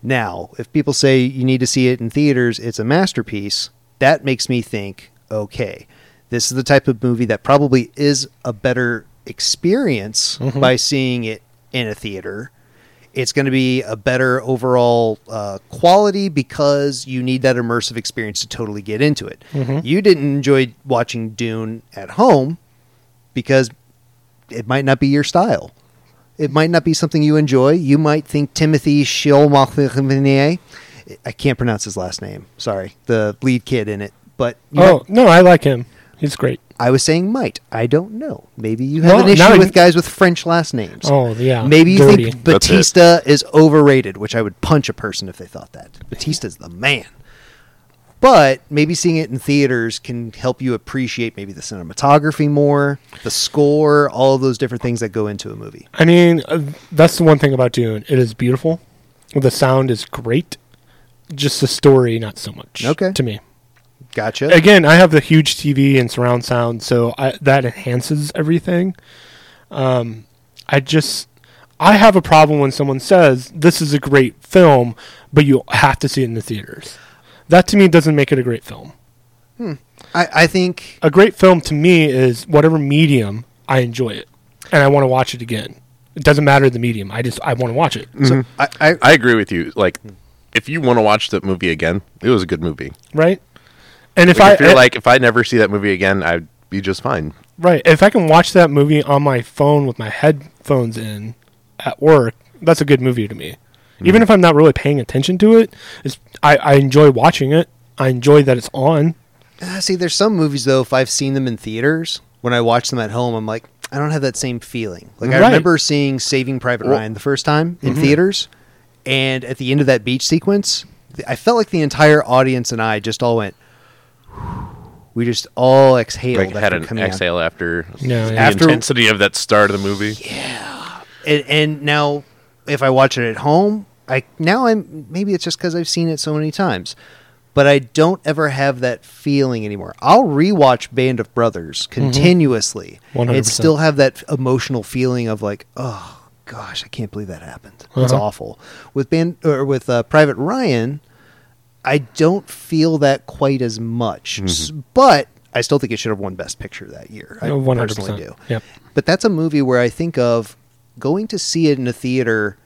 C: Now, if people say you need to see it in theaters, it's a masterpiece, that makes me think, okay, this is the type of movie that probably is a better experience by seeing it in a theater. It's going to be a better overall uh, quality because you need that immersive experience to totally get into it. You didn't enjoy watching Dune at home because it might not be your style. It might not be something you enjoy. You might think Timothy Chalamet. I can't pronounce his last name. Sorry, the lead kid in it. But you
A: Oh no, I like him. He's great.
C: I was saying might. I don't know. Maybe you have
A: No,
C: an issue
A: now-
C: with guys with French last names.
A: Oh yeah.
C: Maybe you
A: Dirty.
C: think
B: That's it.
C: Batista is overrated, which I would punch a person if they thought that. Batista's the man. But maybe seeing it in theaters can help you appreciate maybe the cinematography more, the score, all of those different things that go into a movie.
A: I mean, uh, that's the one thing about Dune. It is beautiful. The sound is great. Just the story, not so much.
C: Okay.
A: To me,
C: Gotcha.
A: again, I have the huge TV and surround sound, so I, that enhances everything. Um, I just, I have a problem when someone says this is a great film, but you have to see it in the theaters. That to me doesn't make it a great film.
C: I, I think
A: A great film to me is whatever medium I enjoy it, and I want to watch it again. It doesn't matter the medium. I just I want to watch it.
B: Mm-hmm.
C: so. I, I,
B: I agree with you. Like, if you want to watch that movie again, it was a good movie.
A: right? And if
B: Like,
A: I, eh,
B: if you're
A: I-
B: like, if I never see that movie again, I'd be just fine.
A: right, if I can watch that movie on my phone with my headphones in at work, that's a good movie to me. Even if I'm not really paying attention to it, it's, I, I enjoy watching it. I enjoy that it's on.
C: Ah, see, there's some movies though. If I've seen them in theaters, when I watch them at home, I'm like, I don't have that same feeling. Like I
A: Right.
C: remember seeing Saving Private Ryan the first time in theaters, and at the end of that beach sequence, th- I felt like the entire audience and I just all went. We just all exhaled.
B: Like, had
C: after
B: an
C: coming out.
B: exhale after
A: Yeah,
B: the
A: yeah.
C: After-
B: intensity of that start of the movie.
C: and, and now if I watch it at home, I now I'm maybe it's just because I've seen it so many times, but I don't ever have that feeling anymore. I'll rewatch Band of
A: Mm-hmm.
C: Brothers continuously
A: 100%.
C: and still have that emotional feeling of like, oh gosh, I can't believe that happened. It's
A: Uh-huh.
C: awful. With band or with uh, Private Ryan, I don't feel that quite as much,
A: Mm-hmm.
C: S- but I still think it should have won Best Picture that year. I
A: Oh, One hundred
C: personally
A: percent.
C: do.
A: Yep.
C: But that's a movie where I think of going to see it in a theater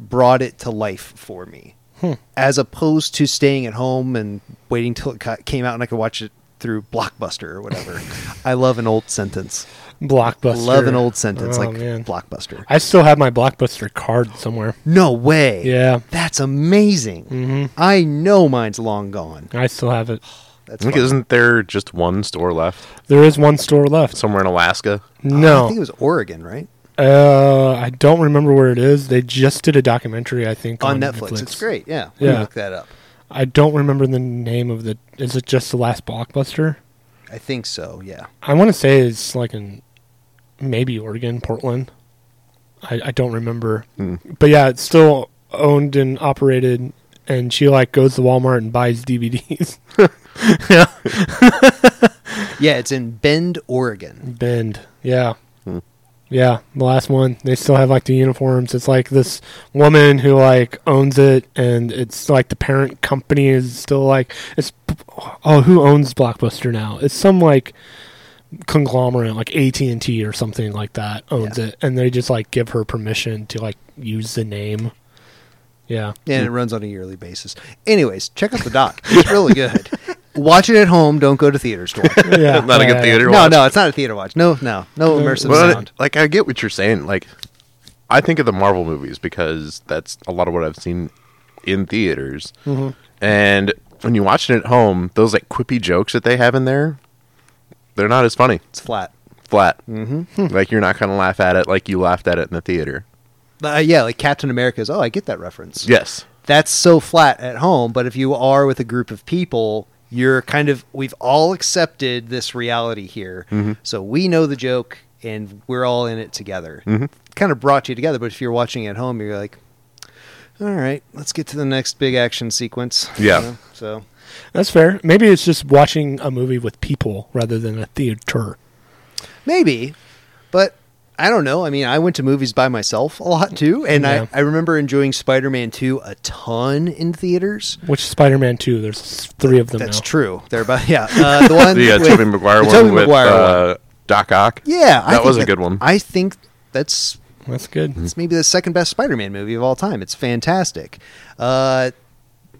C: brought it to life for me,
A: Hmm.
C: as opposed to staying at home and waiting till it got, came out and I could watch it through Blockbuster or whatever. I love an old sentence.
A: Blockbuster.
C: Love an old sentence
A: Oh,
C: like
A: man.
C: Blockbuster.
A: I still have my blockbuster card somewhere.
C: No way.
A: Yeah. Mm-hmm.
C: That's amazing. I know mine's long gone.
A: I still have it.
C: That's
B: I think
C: fun.
B: isn't there just one store left
A: There is one store left.
B: somewhere in Alaska?
C: I think it
A: No,
C: was Oregon, right?
A: uh, I don't remember where it is. They just did a documentary, I think,
C: On,
A: on,
C: Netflix. It's great. Yeah. We
A: Yeah.
C: Look that up.
A: I don't remember the name of the. Is it just the last blockbuster?
C: I think so. Yeah.
A: I want to say it's like in maybe Oregon, Portland. I, I don't remember,
B: Hmm.
A: but yeah, it's still owned and operated. And she like goes to Walmart and buys DVDs. yeah,
C: Yeah. It's in Bend, Oregon.
A: Bend. Yeah,
B: Hmm.
A: yeah. The last one, they still have like the uniforms. It's like this woman who like owns it, and it's like the parent company is still like it's. Oh, who owns Blockbuster now? It's some like conglomerate like AT&T or something like that owns
C: Yeah.
A: it and they just like give her permission to like use the name. Yeah.
B: Hmm.
C: and it runs on a yearly basis. Anyways, check out the doc; it's really good. Watch it at home. Don't go to theaters. Dwayne.
A: Yeah.
B: Not a good
A: yeah,
B: theater.
C: no,
B: watch.
C: no, it's not a theater watch. No, no, no immersive
B: Well,
C: sound.
B: like I get what you're saying. Like I think of the Marvel movies because that's a lot of what I've seen in theaters.
C: Mm-hmm.
B: And when you watch it at home, those like quippy jokes that they have in there, they're not as funny.
C: It's flat.
B: Flat. Mm-hmm. Like you're not gonna laugh at it like you laughed at it in the theater.
C: Uh, yeah, like Captain America is. Oh, I get that reference.
B: Yes.
C: that's so flat at home. But if you are with a group of people, you're kind of we've all accepted this reality here, so we know the joke and we're all in it together. Kind of brought you together. But if you're watching at home, you're like. all right, let's get to the next big action sequence.
B: Yeah.
C: know, so
A: That's fair. Maybe it's just watching a movie with people rather than a theater.
C: maybe, but I don't know. I mean, I went to movies by myself a lot too, and
A: Yeah.
C: I, I remember enjoying Spider Man 2 a ton in theaters.
A: Which Spider-Man Two? There's three of them.
C: That's
A: now.
C: true. They're about, yeah. Uh, the one.
B: The uh,
C: with-
B: Tobey Maguire
C: the
B: one
C: Tobey
B: with
C: Maguire one.
B: uh, Doc Ock.
C: Yeah. I
B: that
C: think
B: was a good one. Hmm.
C: I think that's
A: That's good.
C: It's maybe the second best Spider-Man movie of all time. It's fantastic. Uh,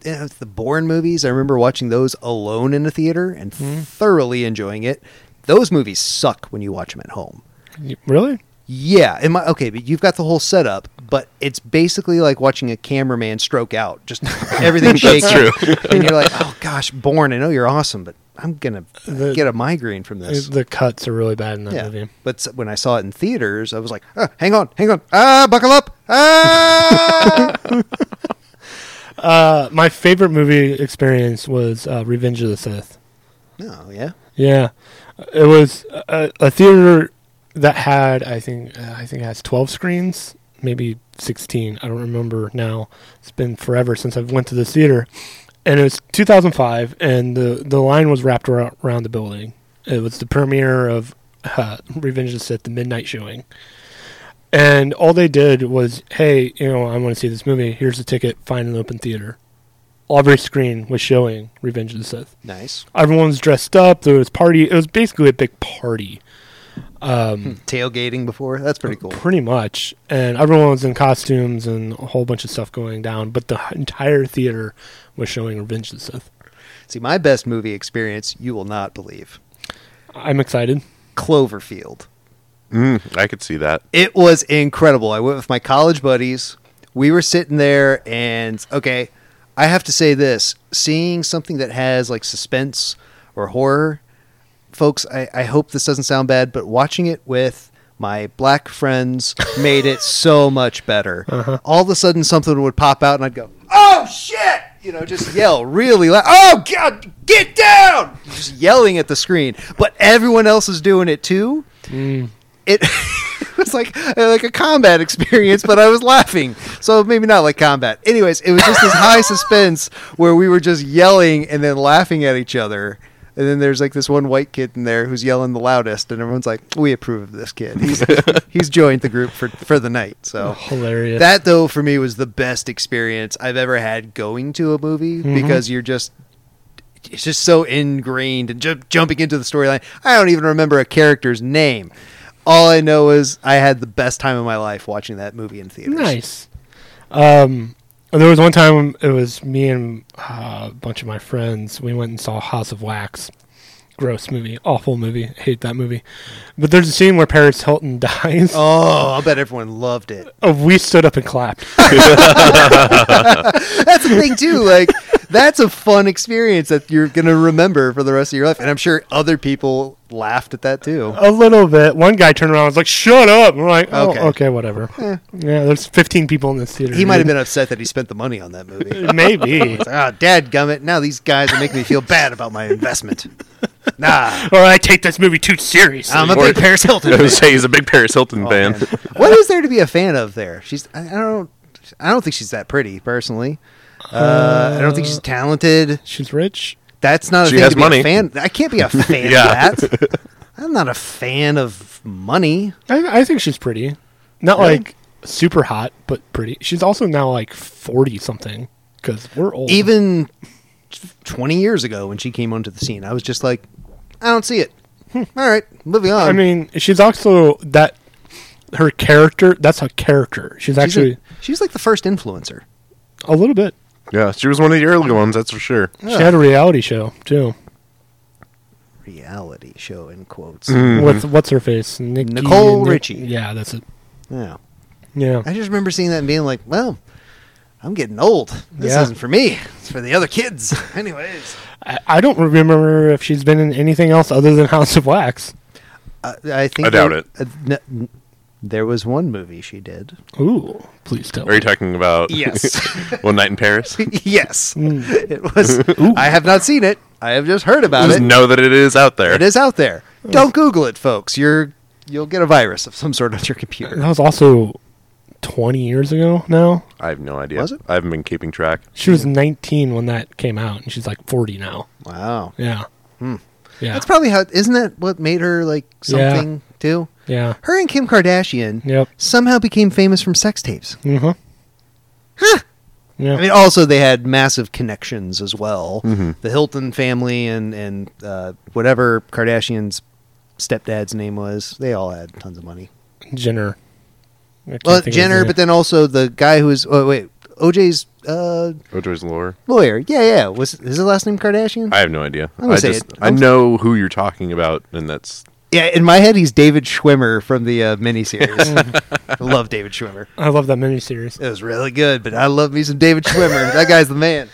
C: you know, the Bourne movies, I remember watching those alone in the theater and
A: Hmm.
C: thoroughly enjoying it. Those movies suck when you watch them at home.
A: You- Really?
C: Yeah, am I, okay, but you've got the whole setup, but it's basically like watching a cameraman stroke out. Just everything shaking.
B: true.
C: and you're like, oh gosh, Bourne, I know you're awesome, but I'm gonna
A: The-
C: get a migraine from this.
A: The cuts are really bad in that movie.
C: But s- when I saw it in theaters, I was like, "Ah, hang on, hang on. Ah, buckle up. Ah.
A: Uh, my favorite movie experience was uh, Revenge of the Sith.
C: no, Oh, yeah.
A: Yeah, it was a, a theater that had I think uh, I think it has twelve screens, maybe sixteen. I don't remember now. It's been forever since I've went to this theater, and it was 2005, and the the line was wrapped around, around the building. It was the premiere of uh, Revenge of the Sith, the midnight showing. And all they did was, hey, you know, I want to see this movie. Here's a ticket. Find an open theater. Every screen was showing Revenge of the Sith
C: Nice.
A: everyone's dressed up. There was party. It was basically a big party,
C: Hmm. Tailgating before. That's pretty cool.
A: pretty much, and everyone was in costumes and a whole bunch of stuff going down. But the entire theater was showing Revenge of the Sith.
C: See, my best movie experience, you will not believe.
A: I'm excited.
C: Cloverfield.
B: Mm, I could see that.
C: It was incredible. I went with my college buddies. We were sitting there, and okay, I have to say this seeing something that has like suspense or horror, folks, I, I hope this doesn't sound bad, but watching it with my black friends made it so much better. All of a sudden, something would pop out, and I'd go, Oh shit! You know, just yell really loud, Oh God, get down! Just yelling at the screen. But everyone else is doing it too it was like uh, like a combat experience, but I was laughing. So maybe not like combat. Anyways, it was just this high suspense where we were just yelling and then laughing at each other. And then there's like this one white kid in there who's yelling the loudest, and everyone's like, "We approve of this kid. He's he's joined the group for for the night." So
A: Hilarious.
C: that though for me was the best experience I've ever had going to a movie because you're just it's just so ingrained and ju- jumping into the storyline. I don't even remember a character's name. All I know is I had the best time of my life watching that movie in theaters.
A: Nice. Um, and there was one time it was me and uh, a bunch of my friends. We went and saw House of Wax. Gross movie, awful movie. Hate that movie. But there's a scene where Paris Hilton dies.
C: Oh, I bet everyone loved it.
A: Oh, we stood up and clapped.
C: That's the thing too. Like that's a fun experience that you're gonna remember for the rest of your life, and I'm sure other people laughed at that too.
A: A little bit. One guy turned around and was like, shut up. And we're like, oh,
C: Okay. Eh.
A: okay, whatever. Yeah, there's 15 people in this theater.
C: He might have been upset that he spent the money on that movie.
A: been. Maybe.
C: It's like, Ah, dad gummit, now these guys are making me feel bad about my investment. Nah.
A: or I take this movie too seriously.
C: I'm a
B: Or-
C: big Paris Hilton
B: I
C: fan.
B: would say he's a big Paris Hilton
C: Oh,
B: fan.
C: man. What is there to be a fan of there? She's I I don't I don't think she's that pretty, personally. Uh, I don't think she's talented.
A: She's rich.
C: That's not a
B: She
C: thing
B: has
C: to be
B: money.
C: a fan. I can't be a fan
B: Yeah.
C: of that. I'm not a fan of money.
A: I, I think she's pretty. Not
C: Really?
A: like super hot, but pretty. She's also now like 40 something because we're old.
C: Even 20 years ago when she came onto the scene, I was just like, I don't see it. Hmm, All right, moving on.
A: I mean, she's also that. Her character, that's her character. She's
C: she's,
A: actually
C: a- she's like the first influencer.
A: a, little bit.
B: Yeah, she was one of the early ones, that's for sure.
A: She had a reality show too
C: reality show in quotes.
B: Mm.
A: with what's her face? Nikki,
C: Mm-hmm. Nicole
A: Ni-
C: Richie.
A: Yeah, that's it.
C: Yeah.
A: Yeah.
C: I just remember seeing that and being like, well, I'm getting old. This
A: Yeah.
C: isn't for me. It's for the other kids. Anyways,
A: I- I don't remember if she's been in anything else other than House of Wax.
C: I, I think
B: I doubt it.
C: uh, n- n- there was one movie she did.
A: Ooh, please tell.
B: Are you talking about One Night in Paris?
C: yes.
B: Mm.
C: It was. I have not seen it. I have just heard about
B: Just
C: it.
B: know that it is out there.
C: It is out there. Don't Google it, folks. You're you'll get a virus of some sort on your computer.
A: That was also 20 years ago now.
B: I have no idea.
C: Was it?
B: I haven't been keeping track.
A: She was 19 when that came out, and she's like 40 now.
C: Wow.
A: Yeah. Yeah.
C: Hmm. That's probably how. Isn't that what made her like
A: Yeah.
C: something too?
A: yeah.
C: Her and Kim Kardashian
A: Yep.
C: somehow became famous from sex tapes.
A: Mm hmm. Yeah. Mm-hmm.
C: I mean, also they had massive connections as well. The Hilton family and and uh, whatever Kardashian's stepdad's name was, they all had tons of money.
A: Jenner. I can't
C: Well,
A: think of his
C: Jenner,
A: name.
C: but then also the guy who was oh wait, OJ's uh,
B: Ojo's lore.
C: lawyer. Yeah, yeah. Was is his last name Kardashian?
B: I have no idea.
C: I'm gonna
B: I
C: say
B: just
C: it.
B: I
C: I'm-
B: know who you're talking about, and that's
C: yeah, in my head he's David Schwimmer from the uh, miniseries. I love David Schwimmer.
A: I love that miniseries.
C: It was really good, but I love me some David Schwimmer. that guy's the man.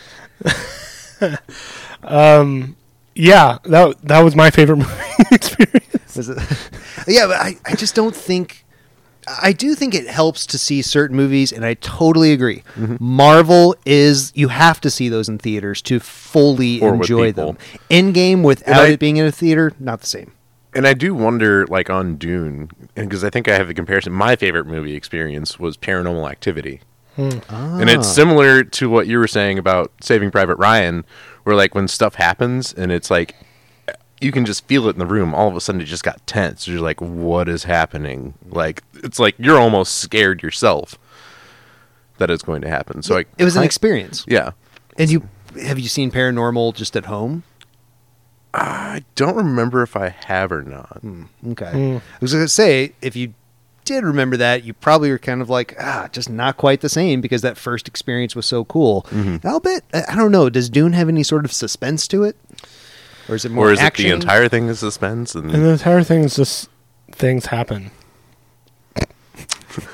A: Yeah, that that was my favorite movie experience.
C: Was it- yeah, but I, I just don't think. I do think it helps to see certain movies, and I totally agree.
B: Mm-hmm.
C: Marvel is you have to see those in theaters to fully
B: Or with
C: enjoy
B: people.
C: them. Endgame without
B: I-
C: it being in a theater, not the same.
B: and I do wonder, like on Dune, because I think I have a comparison. My favorite movie experience was Paranormal Activity,
C: Hmm.
B: and
C: Ah.
B: it's similar to what you were saying about Saving Private Ryan, where like when stuff happens and it's like you can just feel it in the room. All of a sudden, it just got tense. You're like, "What is happening?" Like it's like you're almost scared yourself that it's going to happen. So I,
C: it was an
B: I-
C: experience.
B: Yeah,
C: And you have you seen Paranormal just at home?
B: I don't remember if I have or not.
C: Okay, I was gonna say if you did remember that, you probably were kind of like ah, just not quite the same because that first experience was so cool. And I'll bet I I don't know. Does Dune have any sort of suspense to it, or is it more
B: Or is
C: action?
B: it the entire thing is suspense? And,
A: And the entire thing is just things happen.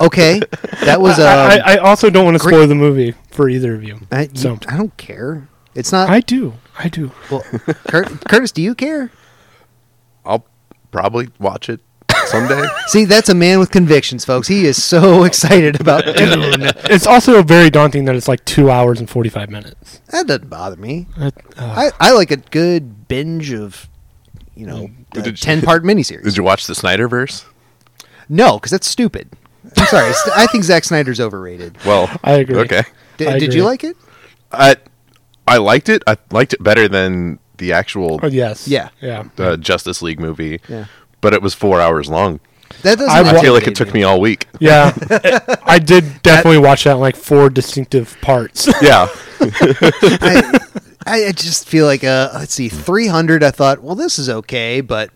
C: Okay, that was um,
A: I, I- I also don't want to
C: great-
A: spoil the movie for either of you.
C: I, you-
A: so
C: I don't care. It's not.
A: I do, I do.
C: well, Cur- Curtis, do you care?
B: I'll probably watch it someday.
C: See, that's a man with convictions, folks. He is so excited about Dune.
A: It's also very daunting that it's like two hours and forty five minutes.
C: That doesn't bother me.
A: That- uh,
C: I, I like a good binge of, you know,
B: Did you-
C: ten part
B: Did
C: miniseries.
B: you watch the Snyderverse?
C: No, because that's stupid. I'm sorry. St- I think Zack Snyder's overrated.
B: Well,
A: I agree.
B: Okay,
C: D-
A: I
C: did
A: agree.
C: you like it?
B: I I liked it. I liked it better than the actual
A: Oh, yes.
C: Yeah.
A: Yeah.
B: uh, Justice League movie.
C: Yeah.
B: But it was four hours long.
C: That doesn't.
A: I
B: I feel
C: intimidate
B: like it took me all week.
A: Yeah. I did definitely watch that in like four distinctive parts.
B: Yeah,
C: I, I I just feel like uh, let's see, 300. I thought, well, this is okay, but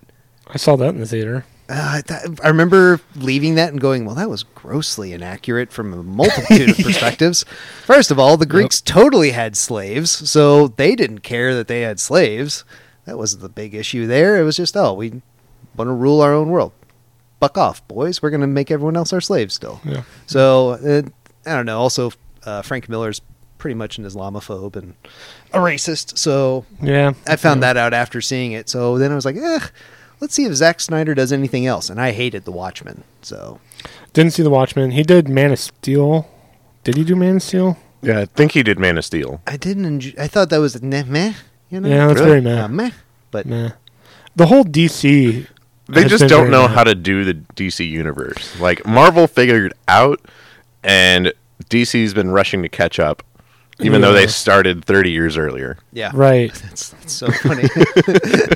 A: I saw that in the theater.
C: Uh, that, I remember leaving that and going, well, that was grossly inaccurate from a multitude of perspectives. First of all, the Greeks totally had slaves, so they didn't care that they had slaves. That wasn't the big issue there. It was just, oh, we want to rule our own world. Buck off, boys. We're going to make everyone else our slaves still.
A: Yeah.
C: So, uh, I don't know. Also, uh, Frank Miller's pretty much an Islamophobe and a racist, so
A: Yeah.
C: I found that out after seeing it. So then I was like, eh, let's see if Zack Snyder does anything else. And I hated The Watchmen. So
A: Didn't see The Watchmen. He did Man of Steel. Did he do Man of Steel?
B: yeah. I think he did Man of Steel.
C: I didn't enjoy. I thought that was meh, meh you know?
A: Yeah, that's very
B: Really?
A: meh.
C: Uh, meh. But
A: Nah. The whole DC.
B: They
A: has
B: just
A: been
B: don't
A: very
B: know
A: bad.
B: how to do the DC universe. Like Marvel figured out, and DC's been rushing to catch up, even though
A: Yeah.
B: they started 30 years earlier.
C: yeah,
A: Right.
C: That's, that's so funny. they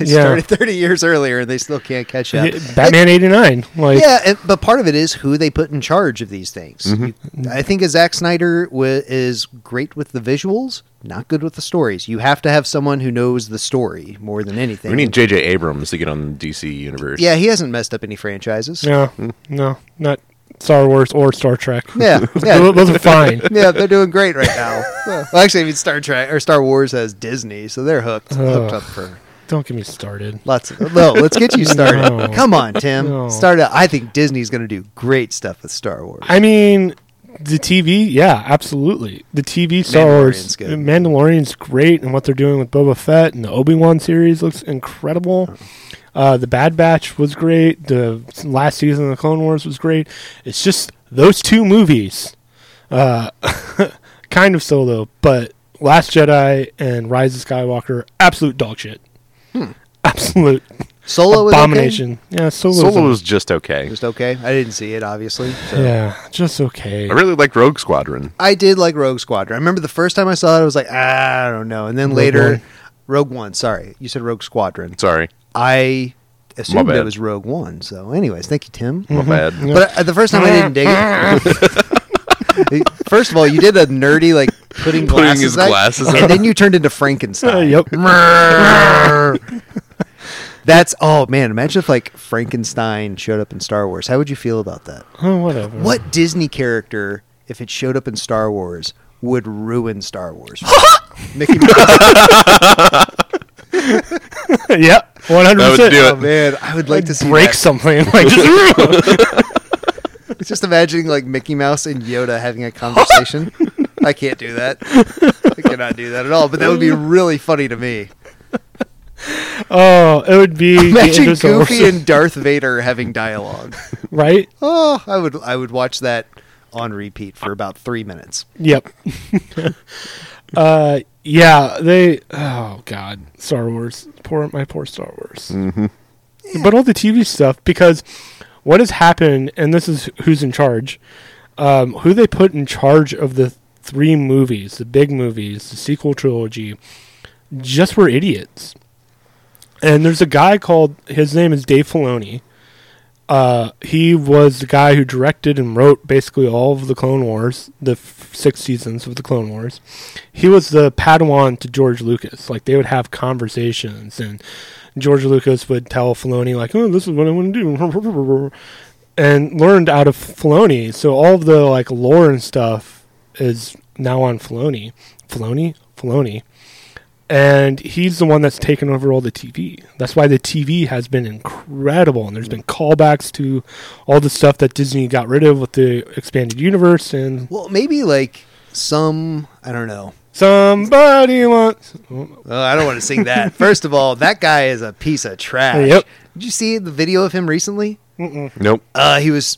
A: Yeah.
C: started 30 years earlier and they still can't catch up.
A: Yeah, Batman '89. Like,
C: yeah, and, but part of it is who they put in charge of these things.
A: Mm-hmm.
C: You- I think a Zack Snyder w- is great with the visuals, not good with the stories. You have to have someone who knows the story more than anything.
B: We need J.J. Abrams to get on the DC universe.
C: yeah, he hasn't messed up any franchises.
A: no, no, not Star Wars or Star Trek.
C: Yeah, yeah.
A: those, those are fine.
C: yeah, they're doing great right now. well, actually, I mean, Star Trek or Star Wars has Disney, so they're hooked, hooked
A: Ugh.
C: up for
A: Don't get me started.
C: lots of. No, let's get you started.
A: No.
C: Come on, Tim,
A: No.
C: start out. I think Disney's going to do great stuff with Star Wars.
A: I mean, the TV. Yeah, absolutely. The TV Star
C: Mandalorian's
A: Wars.
C: good.
A: Mandalorian's great, and what they're doing with Boba Fett and the Obi Wan series looks incredible. Uh, the Bad Batch was great. The last season of the Clone Wars was great. It's just those two movies, uh, kind of solo, but
C: Hmm.
A: Last Jedi and Rise of Skywalker, absolute dog shit. Absolute
C: Solo was okay?
A: Abomination. Yeah, Solo.
B: Solo was just okay.
C: Just okay. I didn't see it, obviously. so.
A: yeah, just okay.
B: I really liked Rogue Squadron.
C: I did like Rogue Squadron. I remember the first time I saw it, I was like, ah, I don't know. And then
A: Rogue
C: later,
A: One.
C: Rogue One. Sorry, you said Rogue Squadron.
B: Sorry,
C: I assumed
B: bad.
C: it was Rogue One. So, anyways, thank you, Tim.
A: Hmm.
B: my bad.
A: Yeah.
C: But uh, the first time I didn't dig it. First of all, you did a nerdy like putting,
B: Putting
C: glasses
B: his
C: on,
B: glasses
C: and
B: on.
C: then you turned into Frankenstein.
A: Uh, yep.
C: That's oh man, imagine if like Frankenstein showed up in Star Wars. How would you feel about that?
A: Oh, whatever.
C: What Disney character, if it showed up in Star Wars, would ruin Star Wars? Mickey Mouse.
A: yep. One hundred
B: That would
A: percent.
B: do
C: Oh man, I would like to see
A: Break
C: that.
A: something. Like just.
C: It's just imagining like Mickey Mouse and Yoda having a conversation. I can't do that. I cannot do that at all. But that would be really funny to me.
A: oh, it would be.
C: Imagine
A: it was the
C: Goofy
A: worst-
C: and Darth Vader having dialogue.
A: right.
C: Oh, I would I would watch that on repeat for about three minutes.
A: Yep. uh, yeah, they. Oh God, Star Wars. Poor my poor Star Wars. Mm-hmm. But all the TV stuff because what has happened, and this is who's in charge, um, who they put in charge of the three movies, the big movies, the sequel trilogy, just were idiots. And there's a guy called his name is Dave Filoni. Uh, he was the guy who directed and wrote basically all of the Clone Wars, the f- six seasons of the Clone Wars. He was the Padawan to George Lucas. Like they would have conversations, and George Lucas would tell Filoni like, "Oh, this is what I want to do," and learned out of Filoni. So all of the like lore and stuff is now on Filoni, Filoni, Filoni, and he's the one that's taken over all the TV. That's why the TV has been incredible, and there's been callbacks to all the stuff that Disney got rid of with the expanded universe and
C: Well, maybe like some I don't know.
A: somebody wants.
C: Oh, I don't want to sing that. First of all, that guy is a piece of trash.
A: Yep.
C: Did you see the video of him recently?
B: Nope.
C: Uh, he was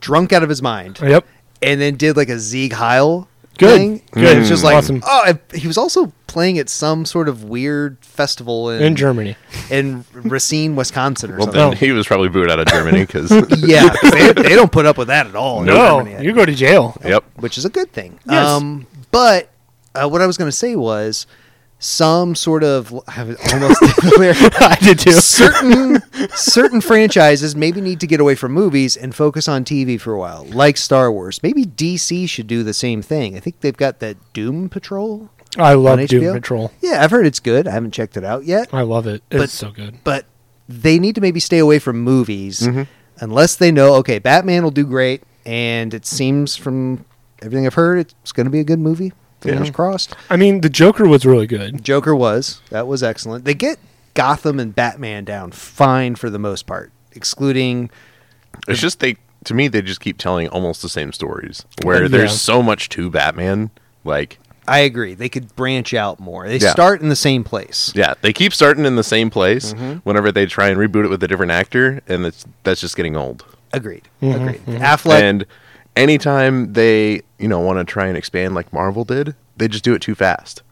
C: drunk out of his mind.
A: Yep.
C: and then did like a Zieg Heil
A: Good.
C: thing.
A: Good.
C: It's just like
A: Awesome.
C: oh, I, he was also playing at some sort of weird festival in
A: In Germany.
C: in Racine, Wisconsin, or
B: Well,
C: something.
B: then he was probably booed out of Germany because.
C: yeah, they, they don't put up with that at all. in
A: No,
C: Germany, I
A: you go to jail.
B: yep.
C: which is a good thing.
A: Yes.
C: Um, but uh, what I was going to say was some sort of I was almost did the lyric.
A: I did too.
C: certain certain franchises maybe need to get away from movies and focus on TV for a while, like Star Wars. Maybe DC should do the same thing. I think they've got that Doom Patrol.
A: I
C: on
A: love
C: HBO?
A: Doom Patrol.
C: Yeah, I've heard it's good. I haven't checked it out yet,
A: I love it. It's
C: But-
A: so good.
C: but they need to maybe stay away from movies unless they know okay, Batman will do great, and it seems from everything I've heard, it's going to be a good movie. Fingers crossed.
A: I mean, the Joker was really good.
C: Joker was. That was excellent. They get Gotham and Batman down fine for the most part, excluding.
B: It's just they to me they just keep telling almost the same stories where there's
A: Yeah.
B: so much to Batman. Like,
C: I agree. They could branch out more. They
B: Yeah.
C: start in the same place.
B: yeah, they keep starting in the same place whenever they try and reboot it with a different actor, and it's, that's just getting old.
C: Agreed. Agreed. Affleck.
B: and anytime they you know want to try and expand like Marvel did, they just do it too fast.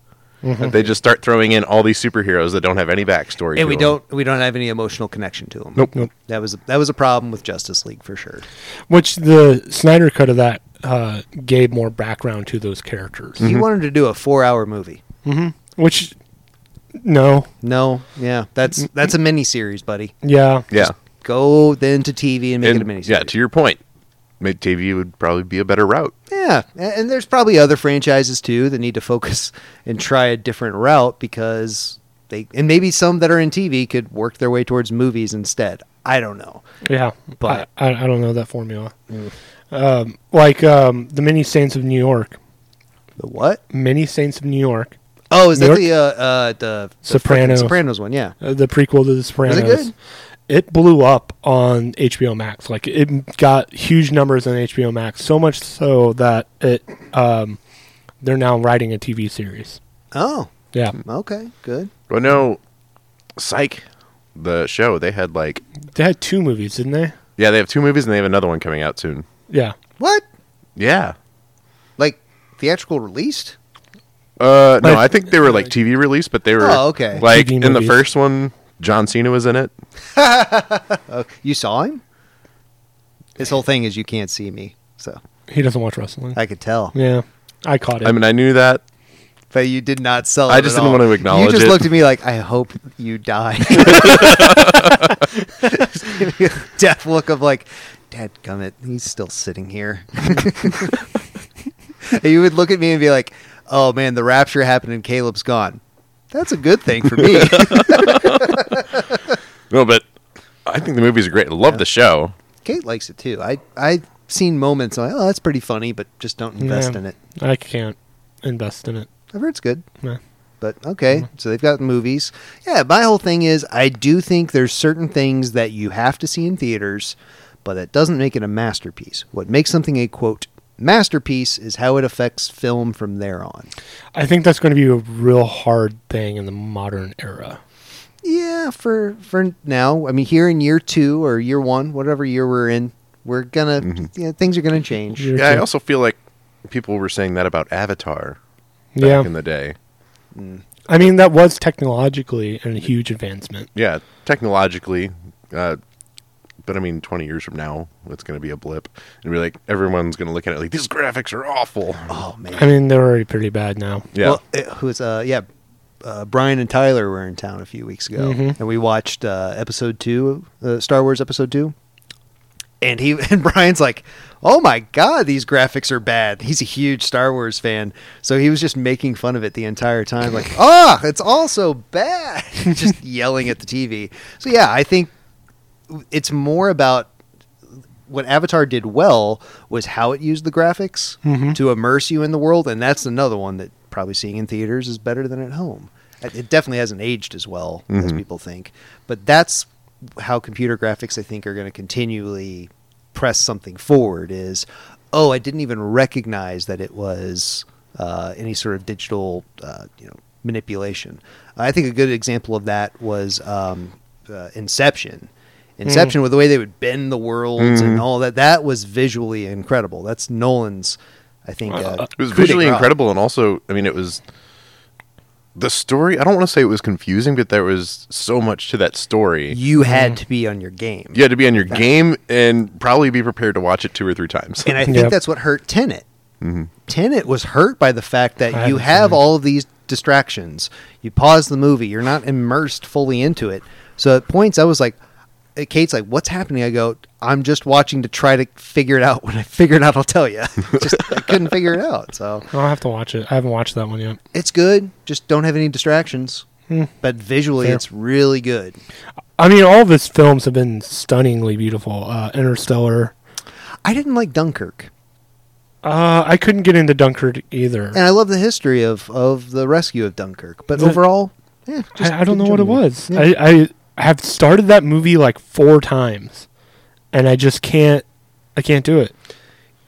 B: They just start throwing in all these superheroes that don't have any backstory.
C: and we
B: to 'em.
C: don't we don't have any emotional connection to him.
B: Nope.
A: Nope.
C: That was that was a problem with Justice League for sure.
A: Which the Snyder cut of that uh, gave more background to those characters.
B: Mm-hmm.
C: He wanted to do a four hour movie.
A: Which, no,
C: No, yeah, that's that's a mini series, buddy.
A: yeah,
B: Yeah.
C: Go then to TV and make it a
B: And,
C: mini
B: yeah. To your point, mid TV would probably be a better route.
C: Yeah, a- and there's probably other franchises too that need to focus and try a different route because they and maybe some that are in TV could work their way towards movies instead. I don't know.
A: yeah.
C: But-
A: I, I, I don't know that formula. Um, like um, the Many Saints of New York,
C: The what?
A: Many Saints of New York,
C: Oh, is
A: New
C: that
A: York?
C: the uh, uh the, the
A: Soprano.
C: frickin' Sopranos one? Yeah.
A: uh, the prequel to The Sopranos.
C: good?
A: It blew up on HBO Max. Like it got huge numbers on HBO Max, so much so that it um, they're now writing a TV series.
C: Oh,
A: Yeah,
C: okay, good.
B: But no, Psych, the show they had like
A: they had two movies, didn't they?
B: yeah they have two movies and they have another one coming out soon.
A: Yeah,
C: What?
B: Yeah.
C: Like theatrical released?
B: Uh, no,
A: But-
B: I think they were like TV release, but they were
C: Oh, okay.
B: like
A: TV
B: in the
A: movies.
B: first one. John Cena was in it.
C: Oh, you saw him? His whole thing is you can't see me, so
A: He doesn't watch wrestling.
C: I could tell.
A: yeah, I caught it.
B: I mean, I knew that.
C: But you did not sell.
B: I
C: it
B: just
C: at
B: didn't
C: all.
B: want to acknowledge
C: You just
B: it.
C: looked at me like, I hope you die. Just give me a death look of like, Dad, gummit, he's still sitting here. And you would look at me and be like, Oh man, the rapture happened and Caleb's gone. That's a good thing for me.
B: No, but I think the movies are great. I love the show.
C: Kate likes it too. I I've seen moments. Like, oh, that's pretty funny, but just don't invest
A: Yeah.
C: in it.
A: I can't invest in it.
C: I've heard it's good.
A: Nah.
C: But okay, so they've got movies. Yeah, my whole thing is I do think there's certain things that you have to see in theaters, but that doesn't make it a masterpiece. What makes something a quote masterpiece is how it affects film from there on.
A: I think that's going to be a real hard thing in the modern era.
C: Yeah, for for now, I mean here in year 2 or year 1, whatever year we're in, we're going to yeah, things are going to change.
A: Year-
B: Yeah, I
A: Okay.
B: also feel like people were saying that about Avatar back
A: Yeah,
B: in the day.
A: I mean that was technologically a huge advancement.
B: Yeah, technologically, uh, but I mean, twenty years from now, it's going to be a blip, and be like everyone's going to look at it like these graphics are awful.
C: Oh man.
A: I mean they're already pretty bad now.
B: Yeah,
C: Well, it was uh, yeah. Uh, Brian and Tyler were in town a few weeks ago,
A: Mhm.
C: and we watched uh, episode two, uh, Star Wars episode two. And he and Brian's like, "Oh my god, these graphics are bad." He's a huge Star Wars fan, so he was just making fun of it the entire time, like, "Ah, it's all so bad," just yelling at the TV. So yeah, I think it's more about what Avatar did well was how it used the graphics to immerse you in the world, and that's another one that probably seeing in theaters is better than at home. It it definitely hasn't aged as well as people think, but that's how computer graphics I think are going to continually press something forward. Is oh, I didn't even recognize that it was uh, any sort of digital, uh, you know, manipulation. I think a good example of that was um, uh, Inception.
B: Hmm.
C: Inception with the way they would bend the worlds and all that. That was visually incredible. That's Nolan's, I think. Uh,
B: it was
C: coup de
B: visually
C: grace.
B: incredible, and also, I mean, it was the story. I don't want to say it was confusing, but there was so much to that story.
C: You
B: Hmm.
C: had to be on your game.
B: You had to be on your game and probably be prepared to watch it two or three times.
C: And I think
A: Yep.
C: that's what hurt Tenet.
B: Mm-hmm.
C: Tenet was hurt by the fact
A: I
C: that
A: haven't
C: you have
A: seen it.
C: all of these distractions. You pause the movie, you're not immersed fully into it. So at points, I was like, uh, Kate's like, what's happening? I go, I'm just watching to try to figure it out. When I figure it out, I'll tell you. just, I couldn't figure it out. So
A: I'll have to watch it. I haven't watched that one yet.
C: it's good. Just don't have any distractions. But visually,
A: Hmm. Fair.
C: it's really good.
A: I mean, all of his films have been stunningly beautiful. Uh, Interstellar.
C: I didn't like Dunkirk.
A: Uh, I couldn't get into Dunkirk either.
C: And I love the history of, of the rescue of Dunkirk. But
A: The-
C: overall, eh, just
A: I, I don't know what it
C: enjoyable.
A: was.
C: Yeah.
A: I, I have started that movie like four times, and I just can't. I can't do it.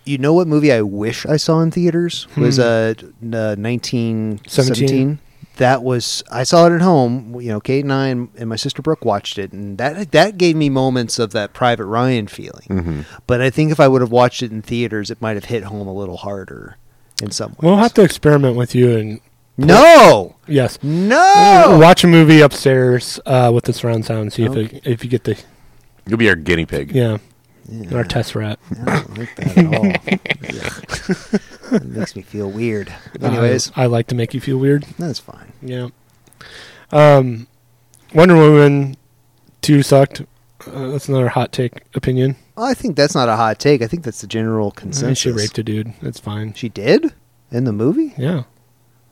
C: You know what movie I wish I saw in theaters was uh, n- uh nineteen seventeen.
A: Hmm. Seventeen.
C: That was I saw it at home. You know, Kate and I and, and my sister Brooke watched it, and that that gave me moments of that Private Ryan feeling.
A: Hmm.
B: Mm-hmm.
C: But I think if I would have watched it in theaters, it might have hit home a little harder in some ways.
A: We'll have to experiment with you and
C: no,
A: yes,
C: no.
A: watch a movie upstairs uh, with the surround sound. and See if
C: Okay.
A: it, if you get the
B: You'll be our guinea pig.
A: yeah,
C: Yeah.
A: our test rat.
C: I don't like that at all. Yeah. it makes me feel weird. Anyways,
A: I, I like to make you feel weird.
C: that's fine.
A: Yeah. Um, Wonder Woman two sucked. Uh, that's another hot take opinion.
C: I think that's not a hot take. I think that's the general
A: And
C: consensus.
A: she raped a dude. It's fine.
C: She did in the movie.
A: Yeah.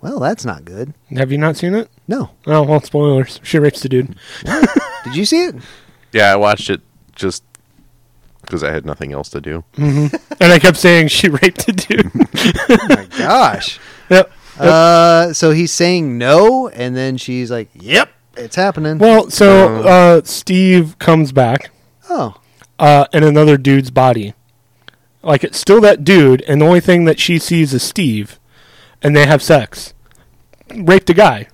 C: Well, that's not good.
A: Have you not seen it?
C: No,
A: Oh well, spoilers. She rapes the dude.
C: did you see it?
B: Yeah, I watched it just because I had nothing else to do.
A: Mm-hmm. and I kept saying she raped the dude.
C: Oh my gosh.
A: yep.
C: Uh, so he's saying no, and then she's like, "Yep, it's happening."
A: Well, so uh, Steve comes back
C: oh,
A: uh, in another dude's body. Like it's still that dude, and the only thing that she sees is Steve, and they have sex. Raped a guy,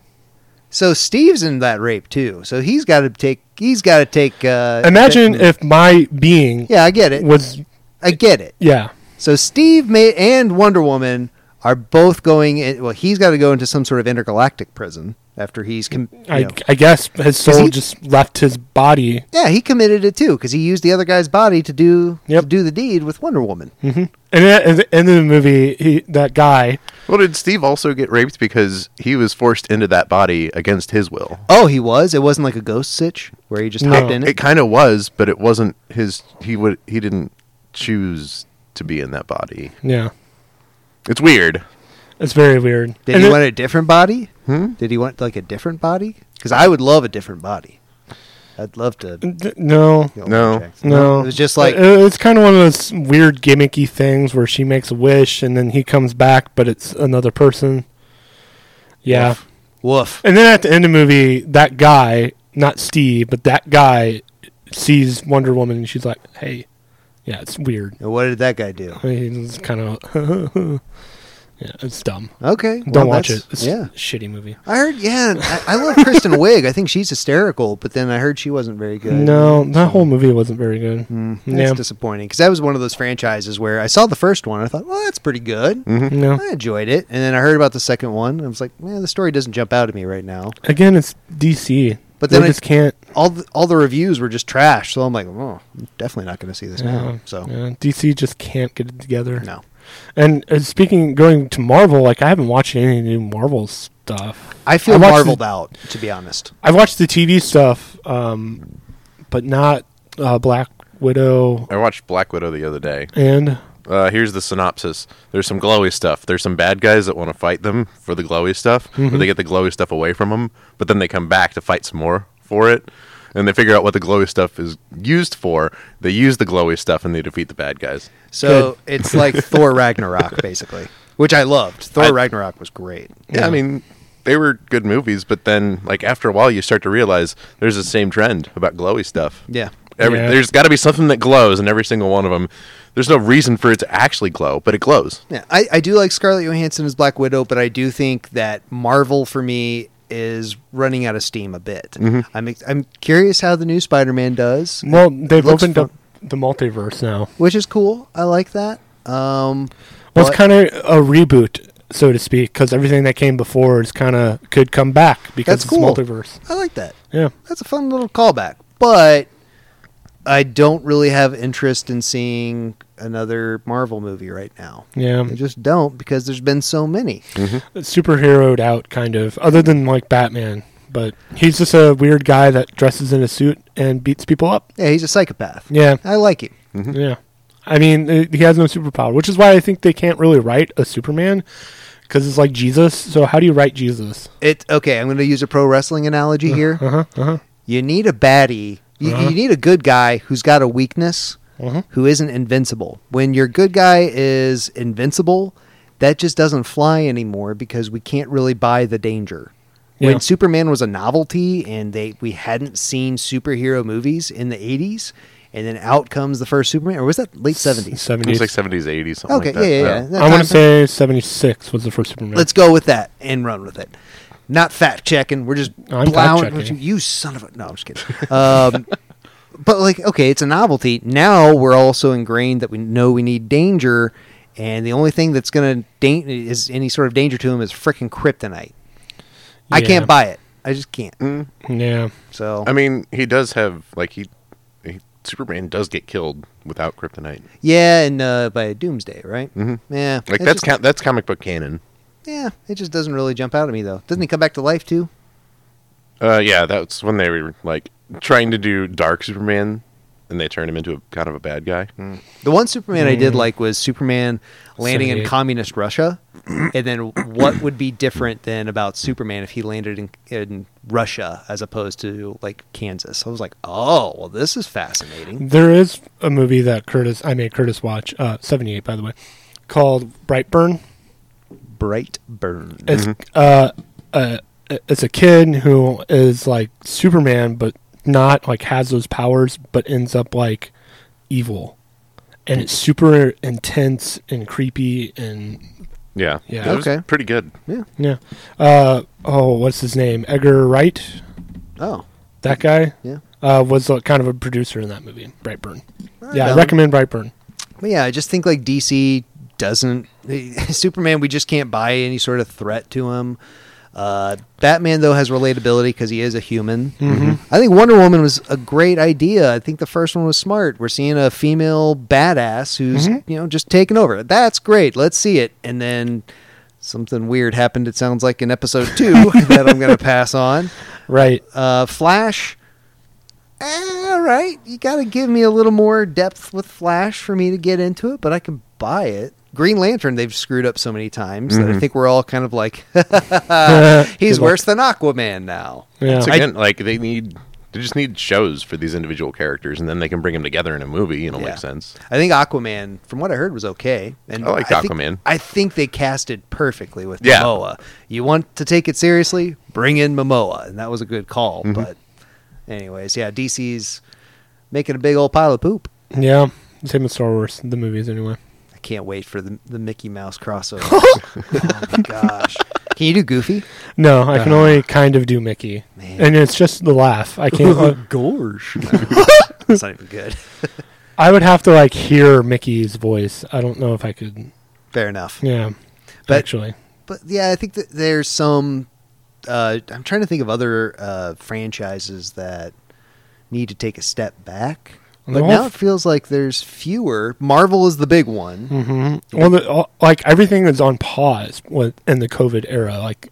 C: so Steve's in that rape too. So he's got to take. He's got to take. Uh,
A: Imagine if my being
C: Yeah, I get it.
A: was
C: I get it.
A: yeah.
C: So Steve May and Wonder Woman are both going. In, well, he's got to go into some sort of intergalactic prison. after he's com- you
A: I,
C: know.
A: I guess his soul
C: he-
A: just left his body.
C: yeah he committed it too because he used the other guy's body to do
A: Yep.
C: to do the deed with Wonder Woman.
A: And at at the end of the movie, he, that guy,
B: Well, did Steve also get raped because he was forced into that body against his will?
C: Oh, he was. It wasn't like a ghost sitch where he just
A: No.
C: hopped in.
B: It
C: It.
B: kind of was, but it wasn't his. He would. He didn't choose to be in that body.
A: yeah,
B: It's weird.
A: it's very weird.
C: Did
A: And
C: he
A: it-
C: want a different body?
B: Hmm?
C: Did he want like a different body? Because I would love a different body. I'd love to.
A: d- no,
C: kill
B: No.
C: Michael Jackson.
A: no, Uh,
C: It was just like
A: It- it's kind of one of those weird gimmicky things where she makes a wish and then he comes back, but it's another person. Yeah,
C: woof.
A: and then at the end of the movie, that guy, not Steve, but that guy sees Wonder Woman and she's like, "Hey, yeah, it's weird."
C: And what did that guy do?
A: He's kind of, yeah, it's dumb.
C: Okay, well,
A: Don't watch it.
C: that's-
A: It's
C: Yeah,
A: a shitty movie.
C: I heard. Yeah, I, I love Kristen Wiig. I think she's hysterical, but then I heard she wasn't very good. mm,
A: No, that whole movie wasn't very good.
C: That's
A: yeah.
C: disappointing because that was one of those franchises where I saw the first one. I thought, well, that's pretty good.
B: Mm-hmm.
A: No.
C: I enjoyed it, and then I heard about the second one. And I was like, man, the story doesn't jump out at me right now.
A: Again, it's DC. But
C: But then
A: they
C: I-
A: just can't.
C: All the, all the reviews were just trash, so I'm like, oh, I'm definitely not going to see this now.
A: Yeah,
C: So
A: yeah, DC just can't get it together.
C: no,
A: And uh, speaking, going to Marvel, like I haven't watched any new Marvel stuff.
C: I feel
A: I watched
C: marveled
A: the-
C: out to be honest.
A: I've watched the TV stuff, um, but not uh, Black Widow
B: I watched Black Widow the other day.
A: and
B: Uh, here's the synopsis. There's some glowy stuff. There's some bad guys that want to fight them for the glowy stuff,
C: Mm-hmm.
B: but they get the glowy stuff away from them, but then they come back to fight some more for it. And they figure out what the glowy stuff is used for. They use the glowy stuff and they defeat the bad guys.
C: So it's like Thor Ragnarok, basically, which I loved. Thor
B: I-
C: Ragnarok was great.
B: Yeah, I mean, they were good movies, but then like after a while you start to realize there's the same trend about glowy stuff.
C: Yeah.
B: Every,
A: Yeah.
B: There's got to be something that glows in every single one of them. There's no reason for it to actually glow, but it glows.
C: Yeah, I, I do like Scarlett Johansson as Black Widow, but I do think that Marvel for me is running out of steam a bit.
A: Mm-hmm.
C: I'm ex- I'm curious how the new Spider-Man does,
A: well, they've
C: looks
A: opened
C: fun.
A: up the multiverse now.
C: which is cool. I like that. Um,
A: Well,
C: but-
A: it's kind of a reboot, so to speak, because everything that came before is kind of could come back
C: That's
A: because it's
C: cool.
A: multiverse.
C: I like that.
A: Yeah.
C: That's a fun little callback, but I don't really have interest in seeing another Marvel movie right now.
A: Yeah.
C: I just don't because there's been so many.
A: Mm-hmm. superheroed out kind of other than like batman but he's just a weird guy that dresses in a suit and beats people up
C: Yeah, he's a psychopath.
A: yeah
C: I like him.
A: yeah i mean uh, he has no superpower which is why i think they can't really write a superman because it's like jesus so how do you write jesus
C: It okay. I'm going to use a pro wrestling analogy here.
A: uh-huh uh-huh
C: You need a baddie. You, you need a good guy who's got a weakness,
A: Mhm.
C: who isn't invincible. When your good guy is invincible, that just doesn't fly anymore because we can't really buy the danger.
A: Yeah.
C: When Superman was a novelty and they we hadn't seen superhero movies in the 80s, and then out comes the first Superman, or was that late 70s?
A: 70s
B: It was like 70s, 80s. Something
C: Okay,
B: like that.
C: yeah, yeah, yeah. That
A: i want
C: time-
A: to say 76 was the first superman
C: Let's go with that and run with it. Not fact checking. We're just
A: I'm
C: blowing.
A: fact-checking.
C: You son of a. No, I'm just kidding. Um, but like, okay, it's a novelty. Now we're also ingrained that we know we need danger, and the only thing that's going to da- is any sort of danger to him is freaking kryptonite. I
A: Yeah.
C: can't buy it. I just can't.
B: Mm-hmm.
A: yeah
C: So
B: I mean, he does have like he, he Superman does get killed without kryptonite.
C: yeah, and uh, by Doomsday, right? Mm-hmm. Yeah,
B: Like
C: it's
B: that's
C: just-
B: ca- that's comic book canon.
C: yeah. It just doesn't really jump out at me though. Doesn't he come back to life too?
B: Uh, yeah, that's when they were like trying to do Dark Superman, and they turned him into a kind of a bad guy.
A: Hmm.
C: The one Superman I did like was Superman landing
A: 78.
C: in communist Russia. and then what would be different than about Superman if he landed in, in Russia as opposed to like Kansas? I was like, oh, well, this is fascinating.
A: There is a movie that Curtis I made Curtis watch, uh, seventy eight by the way, called Brightburn.
C: Bright burn.
A: It's uh, uh, it's a kid who is like Superman, but not like has those powers, but ends up like evil, and it's super intense and creepy and
B: Yeah,
A: Yeah.
B: That was
C: Okay.
B: pretty good.
C: Yeah.
A: yeah. Uh, oh, what's his name? Edgar Wright,
C: Oh,
A: that guy.
C: yeah.
A: Uh, was uh, kind of a producer in that movie, Brightburn. Yeah, I
C: Um,
A: recommend Brightburn.
C: But yeah, I just think like DC doesn't Superman. We just can't buy any sort of threat to him. Uh, Batman though has relatability because he is a human. I think Wonder Woman was a great idea. I think the first one was smart. We're seeing a female badass who's you know just taking over. That's great. Let's see it. And then something weird happened. It sounds like in episode two that I'm going to pass on.
A: Right.
C: Uh, Flash. eh, all right, you got to give me a little more depth with Flash for me to get into it, but I can buy it. Green Lantern, they've screwed up so many times
B: Mm-hmm.
C: that I think we're all kind of like, he's
A: Good luck.
C: worse than Aquaman now.
A: Yeah.
B: It's again, like they need, they just need shows for these individual characters, and then they can bring them together in a movie. and It'll
C: Yeah.
B: make sense.
C: I think Aquaman, from what I heard, was okay. And
B: I liked
C: think-
B: Aquaman.
C: I think they cast it perfectly with
B: Yeah.
C: Momoa. You want to take it seriously? Bring in Momoa, and that was a good call.
B: Mm-hmm.
C: But, anyways, yeah, DC's making a big old pile of poop.
A: yeah. Same with Star Wars, the movies anyway.
C: I can't wait for the, the Mickey Mouse crossover. oh my gosh! Can you do Goofy?
A: No, I can only kind of do Mickey,
C: Man.
A: and it's just the laugh. I can't.
C: Gorge. That's not even good.
A: I would have to like hear Mickey's voice. I don't know if I could.
C: Fair enough.
A: Yeah,
C: But-
A: actually,
C: But yeah, I think that there's some. Uh, I'm trying to think of other uh, franchises that need to take a step back. But
A: They're all
C: now
A: f-
C: it feels like there's fewer. Marvel is the big one.
A: hmm
C: Mm-hmm.
A: well, the, all, like everything is on pause with in the COVID era. Like,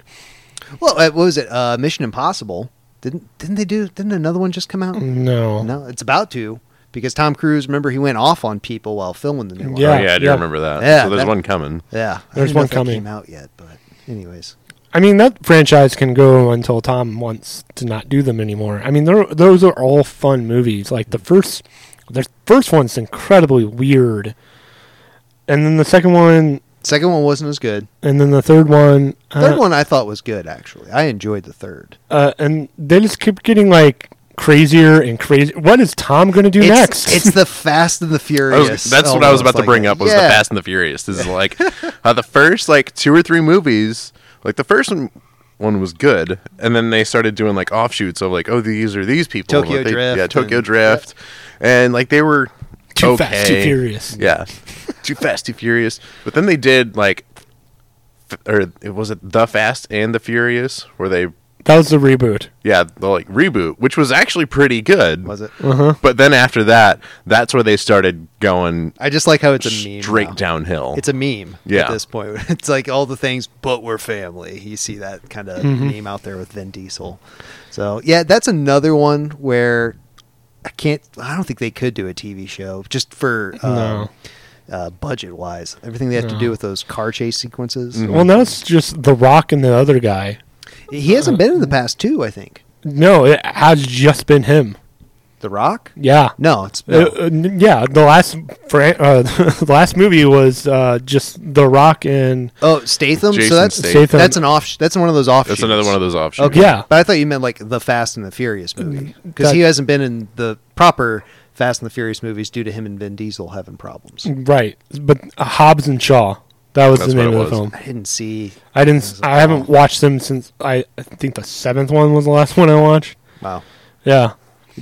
C: Well, uh, what was it? Uh, Mission Impossible. Didn't didn't they do? Didn't another one just come out?
A: Hmm. no,
C: No, it's about to because Tom Cruise. Remember, he went off on people while filming the new one.
A: Yeah,
B: oh, yeah, I do
A: yeah.
B: remember that.
C: Yeah,
B: so there's
C: that-
B: one coming.
C: Yeah, I
A: There's
C: didn't know
A: one
C: if that
A: coming.
C: Came out yet, but anyways,
A: I mean that franchise can go until Tom wants to not do them anymore. I mean, they're- those are all fun movies. Like the first, the first one's incredibly weird, and then the second one,
C: second one wasn't as good.
A: and then the third one,
C: Third
A: uh,
C: one I thought was good actually. I enjoyed the third.
A: uh, and they just keep getting like crazier and crazy. What is Tom going to do
C: It's,
A: next?
C: it's the Fast and the
B: I
C: Furious.
B: was- that's what I was
C: almost
B: about to
C: like
B: bring
C: that.
B: up was
C: Yeah.
B: the Fast and the Furious. This is like uh, the first like two or three movies. Like the first one, one was good, and then they started doing like offshoots of like, oh, these are these people. and,
C: Tokyo
B: like, they-
C: Drift
B: yeah, Tokyo
C: and-
B: Drift, and like they were
A: too
B: okay.
A: fast, too furious.
B: Yeah, too fast, too furious. But then they did like, f- or it was it the Fast and the Furious, where they
A: That was the reboot.
B: yeah the like reboot, which was actually pretty good. Uh-huh.
C: Was it?
B: But then after that, that's where they started going
C: I just like how it's a meme.
B: straight
C: now.
B: downhill.
C: It's a meme
B: Oh. Yeah.
C: at this point. It's like all the things, but we're family. You see that kind of meme out there with Vin Diesel. So yeah, that's another one where I can't. I don't think they could do a TV show just for um, uh, budget wise. Everything they have to do with those car chase sequences.
B: Mm-hmm.
A: Well, now it's just The Rock and the other guy.
C: He hasn't been in the past two. I think
A: No, it has just been him.
C: The Rock.
A: Yeah.
C: No, it's
A: Uh,
C: no.
A: uh, n- yeah, the last fran- uh, the last movie was uh, just The Rock and
C: oh Statham. so
B: Jason
C: that's
B: Statham.
A: Statham.
C: that's an off. That's one of those offshoots.
B: That's another one of those options.
C: Okay.
A: Yeah. Mm,
C: But I thought you meant like the Fast and the Furious movie because
A: that-
C: he hasn't been in the proper Fast and the Furious movies due to him and Vin Diesel having problems.
A: right, but Hobbs and Shaw. That was
B: That's
A: the name of
B: what it
A: the
B: was.
A: film.
C: I didn't see.
A: I didn't. s- I haven't watched them since I, I think the seventh one was the last one I watched.
C: Wow.
A: Yeah.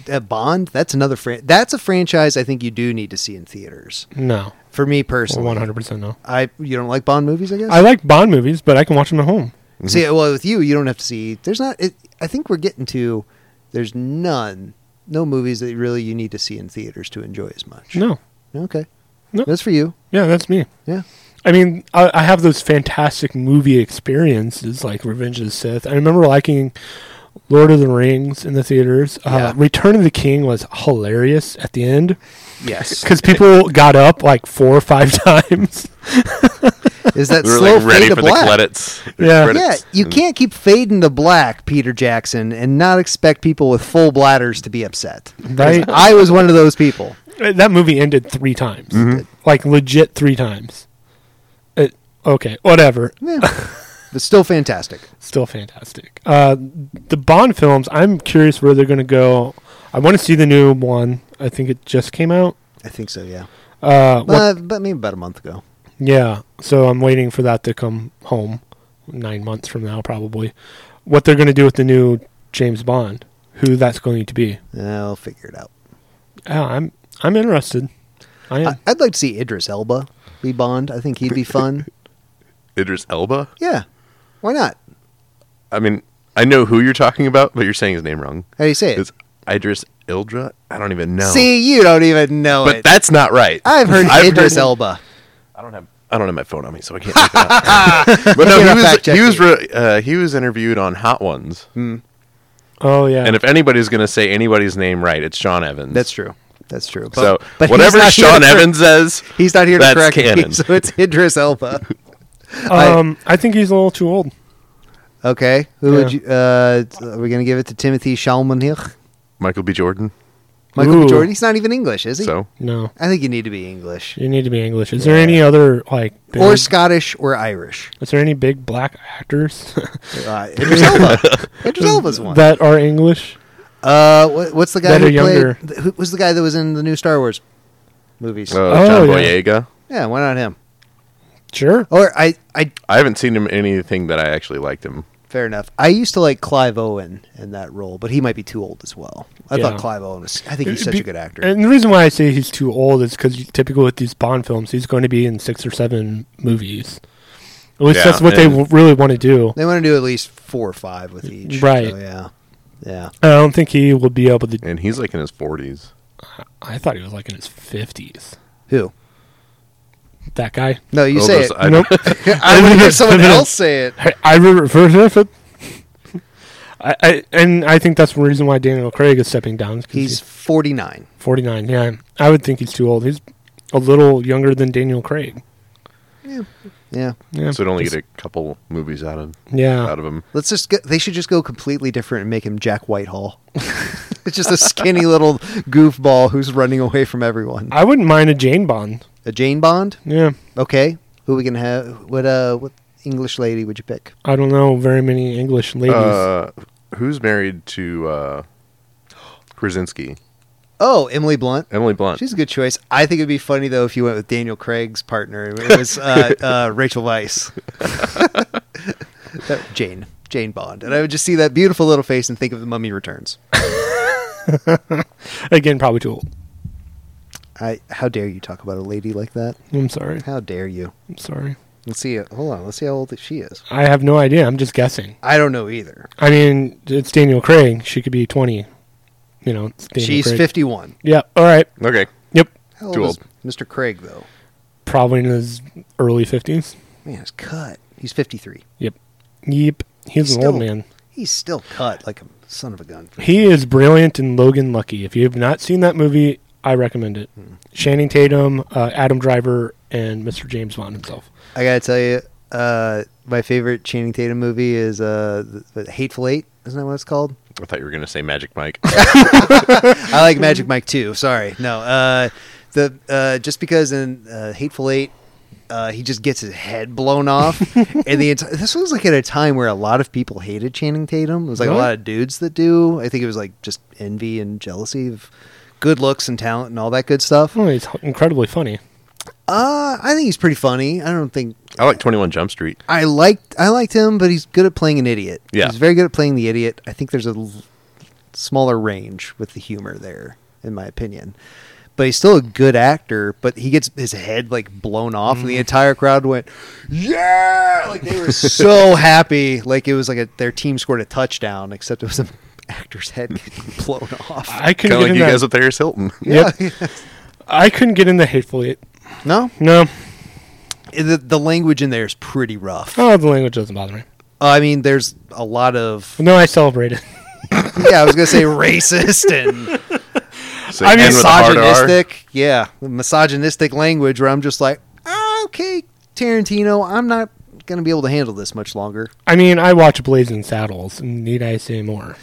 C: Uh, Bond. That's another fran- That's a franchise I think you do need to see in theaters.
A: No.
C: For me personally,
A: One hundred percent no.
C: I you don't like Bond movies, I guess.
A: I Mm-hmm. like Bond movies, but I can watch them at home.
C: See, well, with you, you don't have to see. There's not. It, I think we're getting to. There's none. No movies that really you need to see in theaters to enjoy as much.
A: No.
C: Okay.
A: No.
C: That's for you.
A: Yeah, that's me.
C: Yeah.
A: I mean, I, I have those fantastic movie experiences like Revenge of the Sith. I remember liking Lord of the Rings in the theaters.
C: Yeah.
A: Uh, Return of the King was hilarious at the end
C: Yes.
A: because people got up like four or five times.
C: Is that
B: We were
C: slow
B: like ready
C: fade to
B: for the
C: black?
B: credits.
A: Yeah.
C: Yeah,
B: credits.
C: you can't keep fading to black, Peter Jackson, and not expect people with full bladders to be upset. 'Cause
A: Right.
C: I was one of those people.
A: that movie ended three times, like legit three times. It, okay, whatever.
C: Yeah. but still fantastic.
A: Still fantastic. Uh, the Bond films. I'm curious where they're going to go. I want to see the new one. I think it just came out.
C: I think so, yeah.
A: Uh, what-
C: Uh, but maybe about a month ago.
A: Yeah, so I'm waiting for that to come home nine months from now, probably. What they're going to do with the new James Bond, who that's going to be?
C: I'll figure it out.
A: Yeah, I'm I'm interested. I am.
C: I, I'd like to see Idris Elba be Bond. I think he'd be fun.
B: Idris Elba.
C: yeah. Why not?
B: I mean, I know who you're talking about, but you're saying his name wrong.
C: How do you say it?
B: It's Idris Ildra. I don't even know.
C: See, you don't even know
B: but
C: it.
B: that's not right.
C: I've heard
B: I've
C: Idris
B: heard-
C: Elba.
B: I don't have I don't have my phone on me, so I can't. Look it up. but no,
C: You're
B: he
C: not
B: was
C: fact-checking.
B: he was re- uh, he was interviewed on Hot Ones,
A: Oh yeah.
B: and if anybody's going to say anybody's name right, it's Sean Evans.
C: That's true. That's true. But,
B: so
C: but he's
B: whatever
C: not here to
B: Sean
C: cor-
B: Evans says,
C: he's not here to
B: that's
C: correct me,
B: canon.
C: so it's Idris Elba.
A: um, I, think he's a little too old.
C: Okay, who would
A: Yeah.
C: you? Uh, are we gonna give it to Timothy Shalmaneer?
B: Michael B. Jordan.
C: Michael
A: Ooh.
C: B. Jordan. He's not even English, is he?
B: So
A: No,
C: I think you need to be English
A: you need to be English. Is there any other like? Big,
C: or Scottish or Irish.
A: is there any big black actors
C: Uh, Idris Elba. Idris Elba's one.
A: that are English?
C: Uh, what, what's the guy
A: That
C: who
A: are
C: played?
A: younger.
C: th- Who was the guy that was in the new Star Wars movies?
B: uh, John
A: yeah.
B: Boyega.
C: Oh, yeah, why not him?
A: Sure.
C: Or I, I.
B: I haven't seen him in anything that I actually liked him.
C: Fair enough. I used to like Clive Owen in that role, but he might be too old as well. I
A: Yeah.
C: thought Clive Owen was. I think he's such
A: Be-
C: a good actor.
A: And the reason why I say he's too old is because typically with these Bond films, he's going to be in six or seven movies. At least
B: Yeah,
A: that's what they
B: and-
A: w- really want to do.
C: they want to do at least four or five with each.
A: Right.
C: So, yeah. Yeah.
A: I don't think he will be able to.
B: And he's like in his forties.
A: I thought he was like in his fifties.
C: Who?
A: That guy.
C: No, you say it.
B: I,
A: nope.
C: I want to hear someone else say it.
A: I, I remember. I, I and I think that's the reason why Daniel Craig is stepping down. is 'cause
C: He's 49.
A: 49. Yeah, I would think he's too old. He's a little younger than Daniel Craig.
C: Yeah.
A: Yeah.
B: so we only get a couple movies out of
A: yeah.
B: out of him.
C: Let's just. Go, they should just go completely different and make him Jack Whitehall. it's just a skinny little goofball who's running away from everyone.
A: I wouldn't mind a Jane Bond.
C: A Jane Bond.
A: Yeah.
C: Okay. Who we gonna have? What uh? What English lady would you pick?
A: I don't know very many English ladies.
B: Uh, who's married to uh, Krasinski?
C: Oh, Emily Blunt.
B: Emily Blunt.
C: She's a good choice. I think it'd be funny though if you went with Daniel Craig's partner. It was uh, uh, Rachel Weisz. That- Jane, Jane Bond, and I would just see that beautiful little face and think of The Mummy Returns.
A: Again, probably too old.
C: I, how dare you talk about a lady like that?
A: I'm sorry.
C: How dare you?
A: I'm sorry.
C: Let's see. uh, Hold on. Let's see how old she is.
A: I have no idea. I'm just guessing.
C: I don't know either.
A: I mean, it's Daniel Craig. She could be 20. You know, it's Daniel
C: She's
A: Craig.
C: fifty-one.
A: Yeah. All right.
B: okay.
A: Yep.
C: How old
B: Too
C: is Mr. Craig though?
A: Probably in his early 50s.
C: Man, he's cut. He's fifty-three.
A: Yep. Yep. He's an
C: Still-
A: old man.
C: He's still cut like a son of a gun.
A: He is brilliant in Logan Lucky. If you have not seen that movie, I recommend it. Channing Tatum, uh, Adam Driver, and Mr. James Bond himself.
C: I gotta tell you, uh, my favorite Channing Tatum movie is uh, the, the Hateful Eight. Isn't that what it's called?
B: I thought you were gonna say Magic Mike.
C: I like Magic Mike too. Sorry, no. Uh, the uh, just because in uh, Hateful Eight, uh, he just gets his head blown off, and the enti- this was like at a time where a lot of people hated Channing Tatum. It was like
A: Really?
C: a lot of dudes that do. I think it was like just envy and jealousy of good looks and talent and all that good stuff.
A: Oh, he's h- incredibly funny.
C: Uh, I think he's pretty funny. I don't think
B: I like Twenty One Jump Street.
C: I liked I liked him, but he's good at playing an idiot.
B: Yeah.
C: he's very good at playing the idiot. I think there's a l- smaller range with the humor there, in my opinion. But he's still a good actor. But he gets his head like blown off, and the
A: Mm.
C: entire crowd went, "Yeah!" Like they were so happy, like it was like a, their team scored a touchdown, except it was an actor's head getting blown off.
A: I couldn't
B: Kind of
A: get
B: like
A: in
B: you
A: that.
B: guys with Paris Hilton.
A: Yep. I couldn't get in the hateful eight.
C: no,
A: No.
C: the, the language in there is pretty rough.
A: Oh, the language doesn't bother me.
C: I mean, there's a lot of
A: No, I celebrate it.
C: yeah. I was gonna say racist and.
B: So
A: I mean,
B: end with a hard R.
C: misogynistic, yeah, misogynistic language where I'm just like, ah, okay, Tarantino, I'm not gonna be able to handle this much longer.
A: I mean, I watch Blazing Saddles. Need I say more?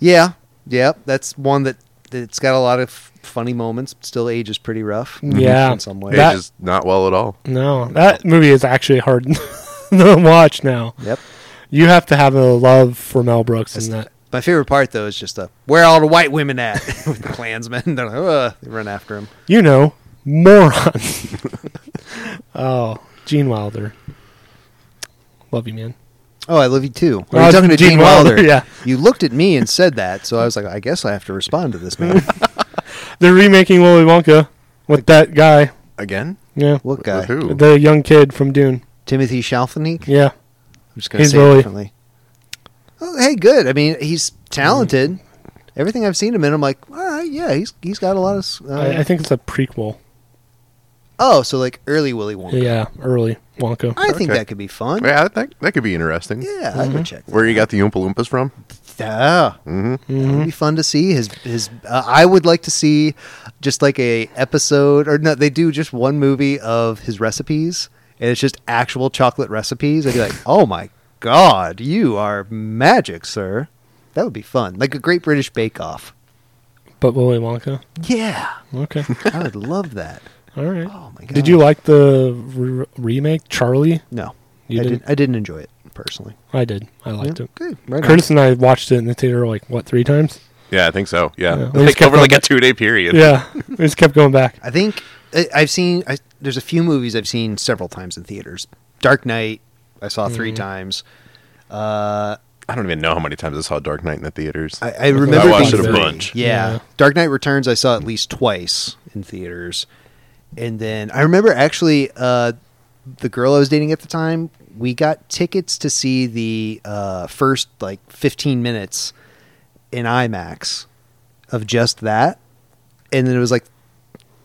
C: Yeah, yeah, that's one that it's got a lot of funny moments. Still, ages pretty rough.
A: Yeah.
C: in some
B: Age
C: way.
A: That-
B: is not well at all.
A: No, that movie is actually hard to watch now.
C: yep.
A: You have to have a love for Mel Brooks in that.
C: My favorite part though is just the where all the white women at with the Klansmen. They're like, "Ugh," they run after him.
A: You know, morons. oh, Gene Wilder. Love you, man.
C: Oh, I love you too. Are
A: Oh,
C: you talking to
A: Gene
C: Gene, Wilder?
A: Wilder, yeah.
C: You looked at me and said that, so I was like, I guess I have to respond to this man.
A: They're remaking Willy Wonka with that guy.
B: Again?
A: Yeah.
C: What guy?
B: With who?
A: The young kid from Dune.
C: uh, Timothy Chalamet.
A: Yeah.
C: I'm just gonna
A: He's
C: say
A: really-
C: it differently. oh, hey, good. I mean, he's talented. Everything I've seen him in, I'm like, all right, yeah, he's he's got a lot of. s- Uh,
A: I, I think it's a prequel.
C: oh, so like early Willy Wonka.
A: Yeah, early Wonka.
C: I think
B: Okay.
C: that could be fun. Yeah,
B: Yeah, that, that could be interesting.
C: I
A: Mm-hmm.
C: could check.
B: Where you got the Oompa Loompas from? Mm-hmm.
C: Yeah,
A: Mm-hmm.
C: it would be fun to see his his. Uh, I would like to see just like a episode or no, they do just one movie of his recipes, and it's just actual chocolate recipes. I'd be like, oh my god, you are magic, sir. That would be fun, like a Great British Bake Off.
A: But Willy Wonka.
C: Yeah,
A: Okay.
C: I would love that.
A: All right.
C: Oh my god,
A: Did you like the re- remake Charlie?
C: No,
A: You
C: I
A: didn't?
C: didn't. I didn't enjoy it personally.
A: I did. I liked
C: Yeah,
A: it.
C: Good. Right on.
A: Curtis and I watched it in the theater like what three times?
B: Yeah, I think so. Yeah.
A: Yeah.
B: They cover like a two day period.
A: Yeah, we just kept going back.
C: I think I, I've seen. I, there's a few movies I've seen several times in theaters. Dark Knight, I saw
A: Mm-hmm.
C: 3 times. Uh,
B: I don't even know how many times I saw Dark Knight in the theaters.
C: I, I remember
B: I watched
C: being
B: it a
C: three.
B: bunch.
C: Yeah.
A: Yeah.
C: Dark Knight Returns, I saw at least twice in theaters, and then I remember actually uh, the girl I was dating at the time. We got tickets to see the uh, first like 15 minutes in IMAX of just that, and then it was like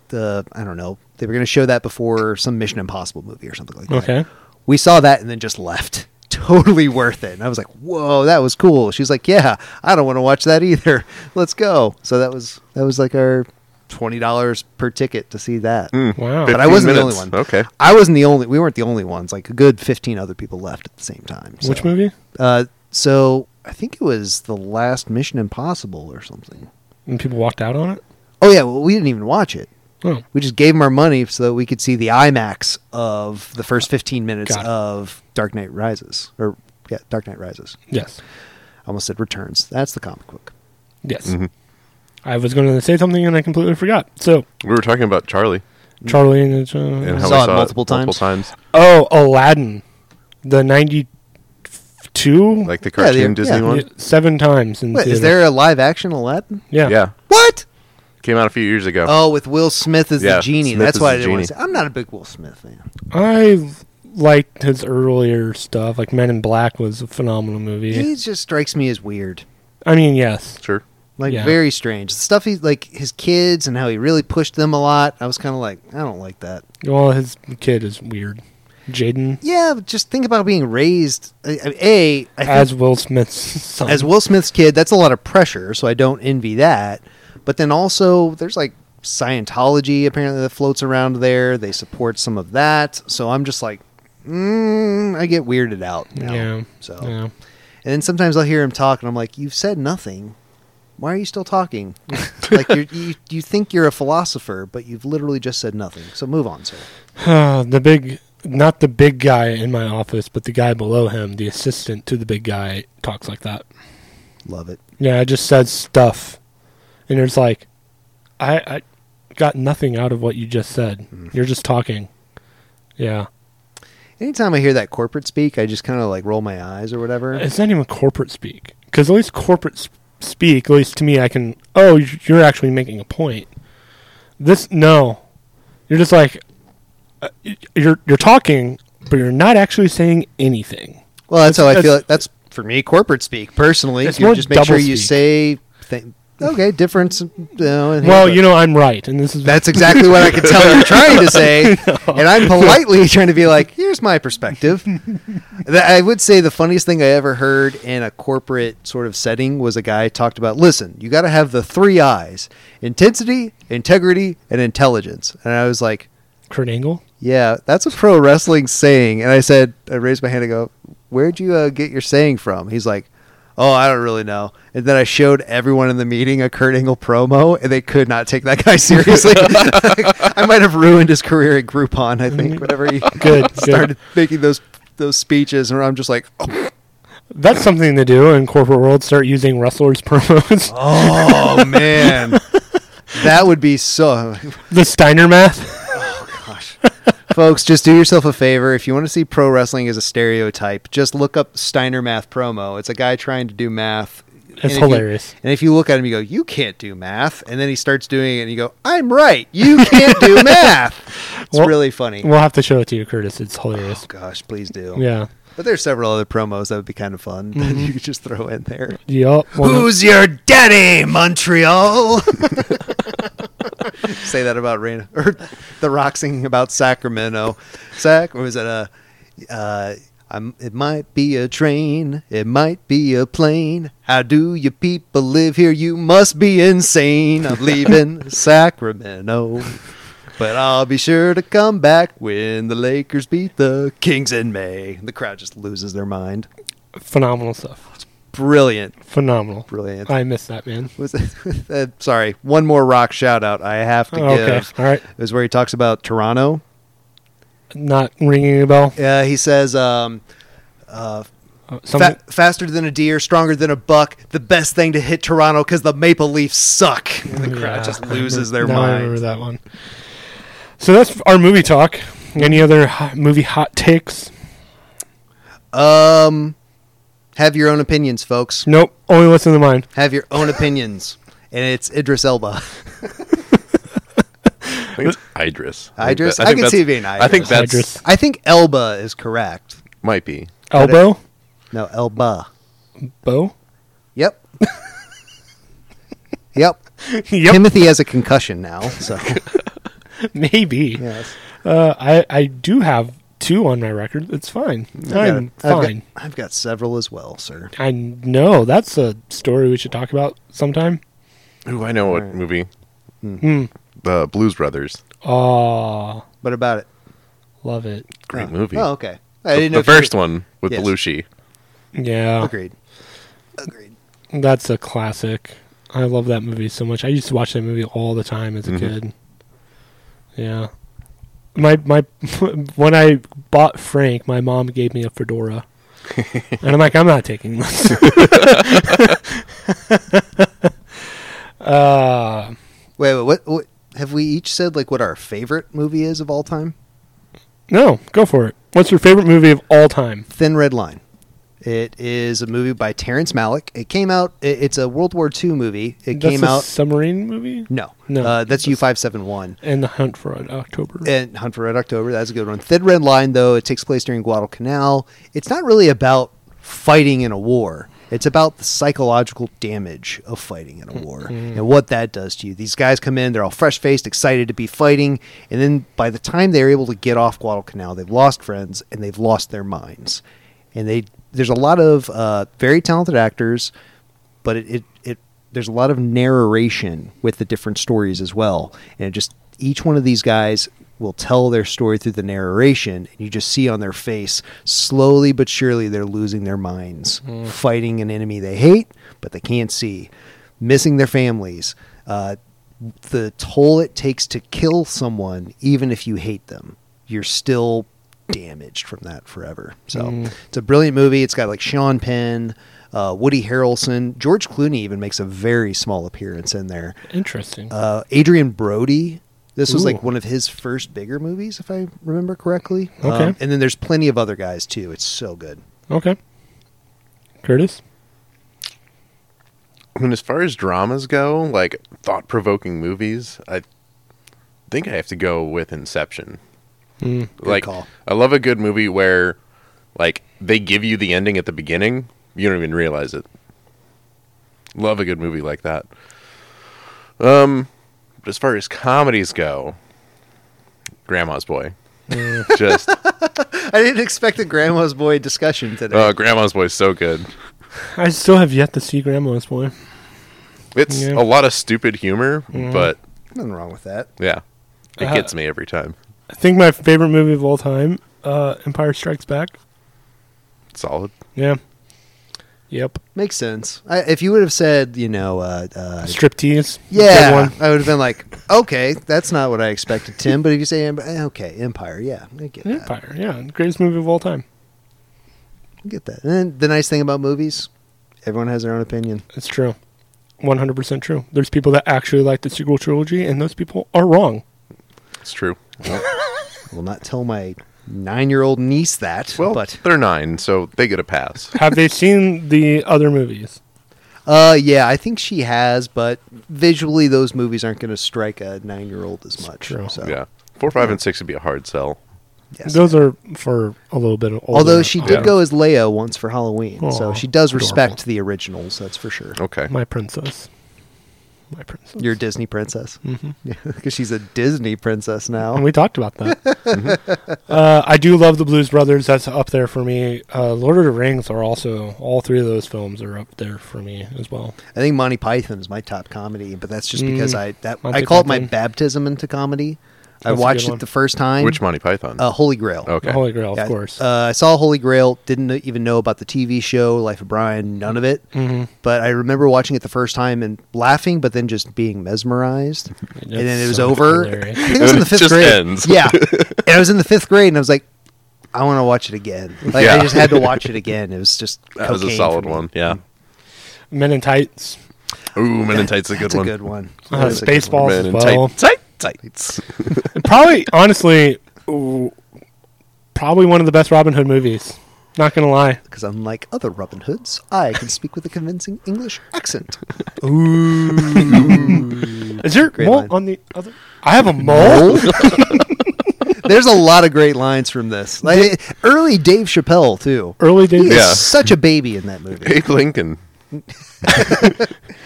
C: the I don't know they were going to show that before some Mission Impossible movie or something like that.
A: Okay.
C: We saw that and then just left. Totally worth it. And I was like, "Whoa, that was cool." She's like, "Yeah, I don't want to watch that either. Let's go." So that was that was like our twenty dollars per ticket to see that.
A: Wow.
C: But I wasn't
B: 15 Hmm. minutes.
C: the only one.
B: Okay.
C: I wasn't the only. We weren't the only ones. Like a good fifteen other people left at the same time. So.
A: Which movie?
C: Uh, so I think it was the last Mission Impossible or something.
A: And people walked out on it.
C: Oh yeah, well we didn't even watch it.
A: Oh,
C: We just gave them our money so that we could see the IMAX of the first 15 minutes
A: Got it.
C: of Dark Knight Rises. Or, yeah, Dark Knight Rises.
A: yes,
C: I almost said Returns. That's the comic book.
A: yes.
C: Mm-hmm.
B: Mm-hmm.
A: I was going to say something and I completely forgot. So
B: We were talking about Charlie
C: Mm-hmm.
A: Charlie and the. Uh,
B: and how
C: Saw
B: I
C: it
B: saw
C: multiple
B: it multiple times.
A: oh, Aladdin, the '92,
B: Like the
C: Yeah, they-
B: cartoon Disney
C: yeah.
B: one.
A: seven times. In
C: Wait, is
A: theater.
C: there a live action Aladdin?
A: Yeah.
B: yeah.
C: What?
B: Came out a few years ago.
C: Oh, with Will Smith as
B: Yeah,
C: the genie.
B: Smith
C: That's
B: is
C: why I
B: the
C: didn't want to
B: genie.
C: say. I'm not a big Will Smith fan.
A: I liked his earlier stuff. Like Men in Black was a phenomenal movie.
C: He just strikes me as weird.
A: I mean, yes.
B: Sure.
C: Like,
A: Yeah.
C: very strange. The stuff he, like, his kids and how he really pushed them a lot. I was kind of like, I don't like that.
A: Well, his kid is weird. Jaden
C: Yeah, but just think about being raised. I- I- A, I think
A: as Will Smith's son.
C: as Will Smith's kid, that's a lot of pressure, so I don't envy that. But then also, there's like Scientology apparently that floats around there. They support some of that, so I'm just like, mm, I get weirded out now.
A: Yeah.
C: So, and
A: Yeah.
C: then sometimes I'll hear him talk, and I'm like, you've said nothing. Why are you still talking? like you're, you, you think you're a philosopher, but you've literally just said nothing. So move on, sir.
A: Uh, the big, not the big guy in my office, but the guy below him, the assistant to the big guy, talks like that.
C: Love it.
A: Yeah, I just said stuff, and it's like, I, I got nothing out of what you just said. You're just talking. Yeah,
C: Anytime I hear that corporate speak, I just kind of like roll my eyes or whatever.
A: it's not even corporate speak because at least corporate sp- speak, at least to me, I can. Oh, y- you're actually making a point. This no, you're just like, uh, y- you're you're talking, but you're not actually saying anything.
C: Well, that's, how I
A: That's-
C: feel. Like that's for me corporate speak. Personally,
A: It's
C: you
A: more
C: just make sure
A: double
C: you
A: speak.
C: say th- okay, difference. You know, and
A: Well,
C: here,
A: you
C: but
A: know, I'm right, and this is
C: that's exactly what I can tell you're trying to say, and I'm politely trying to be like, here's my perspective. Th- I would say the funniest thing I ever heard in a corporate sort of setting was a guy talked about. Listen, you got to have the three eyes: intensity, integrity, and intelligence. And I was like.
A: Kurt Angle.
C: Yeah, that's a pro wrestling saying. And I said, I raised my hand and go, Where'd you uh, get your saying from? He's like, Oh, I don't really know. And then I showed everyone in the meeting a Kurt Angle promo, and they could not take that guy seriously. I might have ruined his career at Groupon, I think, whenever he
A: Good, good.
C: started making those those speeches. And I'm just like, Oh,
A: That's something to do in corporate world. Start using wrestlers promos.
C: Oh.
A: Oh,
C: man. that would be so.
A: the Steiner math.
C: Folks, just do yourself a favor. If you want to see pro wrestling as a stereotype, just look up Steiner math promo. It's a guy trying to do math. And if you-
A: hilarious.
C: and if you look at him, you go, "You can't do math," and then he starts doing it, and you go, "I'm right. You can't do math." It's
A: Well-
C: really funny.
A: we'll have to show it to you, Curtis. It's hilarious.
C: Gosh, please do.
A: Yeah. Mm-hmm.
C: But there's several other promos that would be kind of fun that you could just throw in there.
A: Yup. one of-
C: Who's your daddy, Montreal? Say that about Raina or The Rock singing about Sacramento. Sac, or was it a? Uh, I'm, it might be a train. It might be a plane. How do you people live here? You must be insane. I'm leaving Sacramento. But I'll be sure to come back when the Lakers beat the Kings in May. The crowd just loses their mind.
A: phenomenal stuff.
C: Brilliant.
A: Phenomenal.
C: Brilliant.
A: I miss that man.
C: was it, uh, sorry, one more rock shout out I have to
A: Oh, Okay,
C: give.
A: all right.
C: Is where he talks about Toronto.
A: Not ringing a bell.
C: Uh, he says, um,
A: Uh, something-
C: fa- faster than a deer, stronger than a buck, the best thing to hit Toronto because the Maple Leafs suck. And the crowd
A: Yeah,
C: just
A: I
C: loses their
A: remember- now I remember
C: mind.
A: that one. So that's our movie talk. Any other hot movie hot takes?
C: Um, have your own opinions, folks.
A: Nope. Only listen to mine.
C: Have your own opinions. And it's Idris Elba.
B: I think it's Idris. I think
C: Idris?
B: that-
C: I can
B: think that's-
C: see it being
B: I think
C: Idris.
B: that's
A: Idris.
C: I think Elba is correct.
B: might be.
A: Elbow,
C: No, Elba.
A: bow.
C: Yep. yep.
A: yep.
C: Timothy has a concussion now, so
A: Maybe.
C: yes.
A: Uh, I I do have two on my record. It's fine. I'm
C: I've got-
A: fine.
C: I've got several as well, sir.
A: I know that's a story we should talk about sometime.
B: Ooh, I know what movie.
A: Hmm.
B: The Blues Brothers.
A: Oh,
C: What about it?
A: love it.
B: Great
C: Oh.
B: movie.
C: Oh, okay. I
B: The,
C: didn't know
B: the
C: if you
B: first
C: were-
B: one with
C: Yes.
B: Belushi.
A: Yeah,
C: Agreed. Agreed.
A: that's a classic. I love that movie so much. I used to watch that movie all the time as a
C: Mm-hmm.
B: Mhm.
A: kid. Yeah, my my when I bought Frank, my mom gave me a fedora, and I'm like, I'm not taking this. uh,
C: Wait, wait, what, what? Have we each said like what our favorite movie is of all time?
A: no, go for it. What's your favorite movie of all time?
C: Thin Red Line. It is a movie by Terrence Malick. It came out. It, it's a World War II movie. It
A: That's
C: came
A: a
C: out.
A: submarine movie.
C: no,
A: No.
C: uh, that's U five seven one.
A: And the Hunt for Red October.
C: And Hunt for Red October, that's a good one. Thin Red Line, though, it takes place during Guadalcanal. It's not really about fighting in a war. It's about the psychological damage of fighting in a war and what that does to you. These guys come in, they're all fresh faced, excited to be fighting, and then by the time they're able to get off Guadalcanal, they've lost friends and they've lost their minds. And they there's a lot of uh, very talented actors, but it, it, it there's a lot of narration with the different stories as well and it just each one of these guys will tell their story through the narration and you just see on their face slowly but surely they're losing their minds fighting an enemy they hate but they can't see missing their families uh, the toll it takes to kill someone even if you hate them you're still damaged from that forever. So
A: Mm.
C: it's a brilliant movie. It's got like Sean Penn, uh, Woody Harrelson, George Clooney even makes a very small appearance in there.
A: Interesting.
C: Uh, Adrian Brody. This was
A: Ooh.
C: like one of his first bigger movies, if I remember correctly. Um,
A: Okay.
C: and then there's plenty of other guys too. It's so good.
A: okay. Curtis?
B: I mean, as far as dramas go, like thought provoking movies, I think I have to go with Inception.
A: Mm.
B: like,
C: call.
B: I love a good movie where, like, they give you the ending at the beginning, you don't even realize it. Love a good movie like that. Um, but as far as comedies go, Grandma's Boy,
A: Uh,
B: just
C: I didn't expect a Grandma's Boy discussion today.
B: oh, Grandma's Boy is so good.
A: I still have yet to see Grandma's Boy.
B: It's
A: Yeah.
B: a lot of stupid humor, but
C: Nothing wrong with that.
B: yeah, it
C: Uh-huh.
A: Uh,
B: gets me every time.
A: I think my favorite movie of all time, uh, Empire Strikes Back.
B: Solid.
A: Yeah. Yep.
C: Makes sense. I, if you would have said, you know, uh, uh,
A: Striptease.
C: Yeah,
A: Good one.
C: I would have been like, okay, that's not what I expected, Tim. But if you say, Emp- eh, okay, Empire, yeah, I get that.
A: Empire. Yeah. Greatest movie of all time.
C: I get that. And then the nice thing about movies, everyone has their own opinion.
A: It's true. 100% true. There's people that actually like the sequel trilogy, and those people are wrong.
B: It's true.
C: I will not tell my nine-year-old niece that.
B: Well,
C: but
B: they're nine, so they get a pass.
A: have they seen the other movies?
C: uh, yeah, I think she has. But visually, those movies aren't going to strike a nine-year-old as much.
A: true.
C: So.
B: Yeah, four, five, and six would be a hard sell.
C: Yes.
A: Those are for a little bit older.
C: Although she did
B: Yeah.
C: go as Leia once for Halloween, so
A: Aw,
C: she does
A: adorable.
C: respect the originals. That's for sure.
B: Okay.
A: my princess, my princess.
C: You're a Disney princess
A: Mhm.
C: because she's a Disney princess
A: And
C: now.
A: we talked about that.
C: Mm-hmm.
A: uh, I do love the Blues Brothers. That's up there for me. Uh, Lord of the Rings are also all three of those films are up there for me as well.
C: I think Monty Python is my top comedy, but that's just because
A: Mm,
C: I that I
A: Monty
C: call it my
A: Python.
C: baptism into comedy. I
A: That's a
C: watched
A: good
C: it
A: one.
C: the first time.
B: Which Monty Python?
C: Uh, Holy Grail.
B: okay.
A: The Holy Grail,
C: Yeah,
A: of course.
C: Uh, I saw Holy Grail. Didn't even know about the TV show Life of Brian. None of it.
A: hmm
C: But I remember watching it the first time and laughing, but then just being mesmerized. and then it was over. I
A: hilarious.
C: think it was in the
B: It
C: fifth
B: just
C: grade.
B: ends.
C: Yeah, and I was in the fifth grade, and I was like, I want to watch it again. Like I
B: Yeah.
C: just had to watch it again. It was just
B: that was a
C: cocaine
B: solid
C: for me.
B: one. Yeah.
A: Men in Tights,
B: Ooh, Men in Tights is a good
C: That's
B: one.
C: a good one.
A: uh,
C: That's a good one.
A: Spaceballs
B: Men
A: as
B: in
A: well.
B: tight, tight, Tights.
A: Probably, honestly, ooh, probably one of the best Robin Hood movies. Not gonna lie.
C: because unlike other Robin Hoods, I can speak with a convincing English accent.
A: Is there
C: Great
A: mole
C: line.
A: on the other? I have a mole.
C: There's a lot of great lines from this. Like early Dave Chappelle too.
A: Early days.
C: He is
B: Yeah.
C: such a baby in that movie.
B: Abe Lincoln.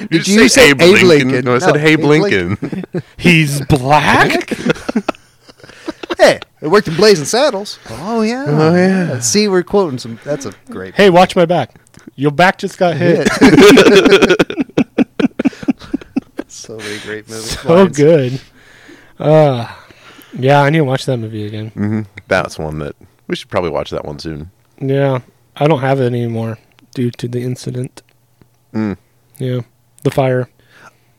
B: Did
C: you say Abe Lincoln?
B: No, I said
C: No,
B: Abe
C: Abe Lincoln.
B: Lincoln.
A: He's black.
C: Hey, it worked in Blazing Saddles. Oh yeah, oh yeah. See, we're quoting some. That's a great.
A: hey, watch my back. Your back just got hit.
C: so many great movies.
A: so good. Uh, yeah, I need to watch that movie again.
B: hmm That's one that we should probably watch that one soon.
A: Yeah, I don't have it anymore due to the incident.
B: Mm.
A: Yeah, the fire.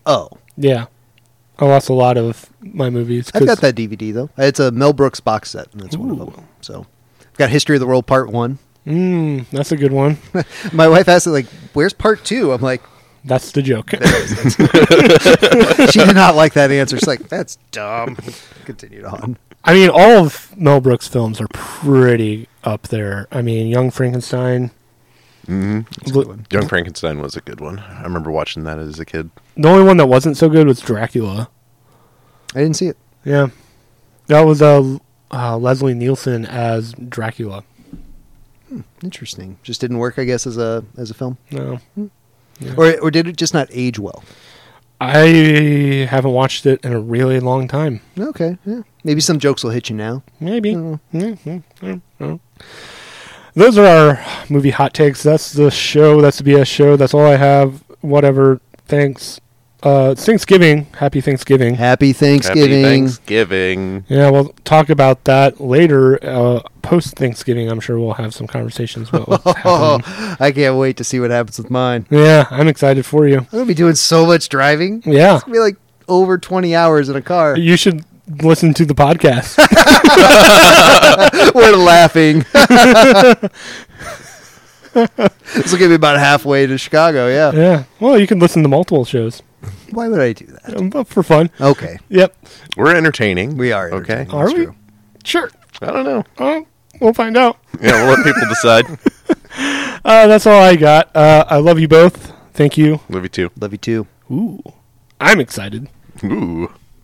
C: Oh,
A: Yeah, I lost a lot of my movies.
C: I've
A: 'cause-
C: got that DVD though. It's a Mel Brooks box set, and that's one of
A: Ooh.
C: them. So, I've got History of the World Part One.
A: Mm, that's a good one.
C: My wife asked, like, "Where's Part 2? I'm like,
A: That's the joke.
C: she did not like that answer. She's like, "That's dumb." Continued on.
A: I mean, all of Mel Brooks' films are pretty up there. I mean, Young Frankenstein.
C: That's a
A: Look-
C: good one.
B: Young Frankenstein was a good one. I remember watching that as a kid.
A: The only one that wasn't so good was Dracula.
C: I didn't see it.
A: Yeah, that was uh, uh, Leslie Nielsen as Dracula.
C: Interesting. Just didn't work, I guess, as a as a film,
A: No,
C: or or did it just not age well?
A: I haven't watched it in a really long time.
C: Okay, yeah. Maybe some jokes will hit you now.
A: Maybe.
C: Mm.
A: Mm, mm, mm. Those are our movie hot takes. That's the show. That's the BS show. That's all I have. Whatever. Thanks. Uh, it's Thanksgiving. Happy Thanksgiving.
C: Happy Thanksgiving.
B: Happy Thanksgiving.
A: Yeah, we'll talk about that later. Uh, Post Thanksgiving, I'm sure we'll have some conversations about what happened.
C: Oh, I can't wait to see what happens with mine.
A: Yeah, I'm excited for you.
C: I'm gonna be doing so much driving.
A: Yeah,
C: It'll be like over 20 hours in a car.
A: you should listen to the podcast.
C: We're laughing. this will get me about halfway to Chicago. Yeah.
A: yeah, well, you can listen to multiple shows
C: Why would I do that?
A: um, but for fun.
C: Okay,
A: Yep.
B: We're entertaining.
C: we are.
B: Okay.
C: entertaining,
A: Are
C: it's
A: we?
C: true.
A: Sure.
B: I don't know.
A: Well, we'll find out.
B: Yeah, we'll let people decide.
A: Uh, that's all I got. Uh, I love you both. Thank you.
B: Love you too.
C: Love you too.
A: Ooh. I'm excited.
B: Ooh.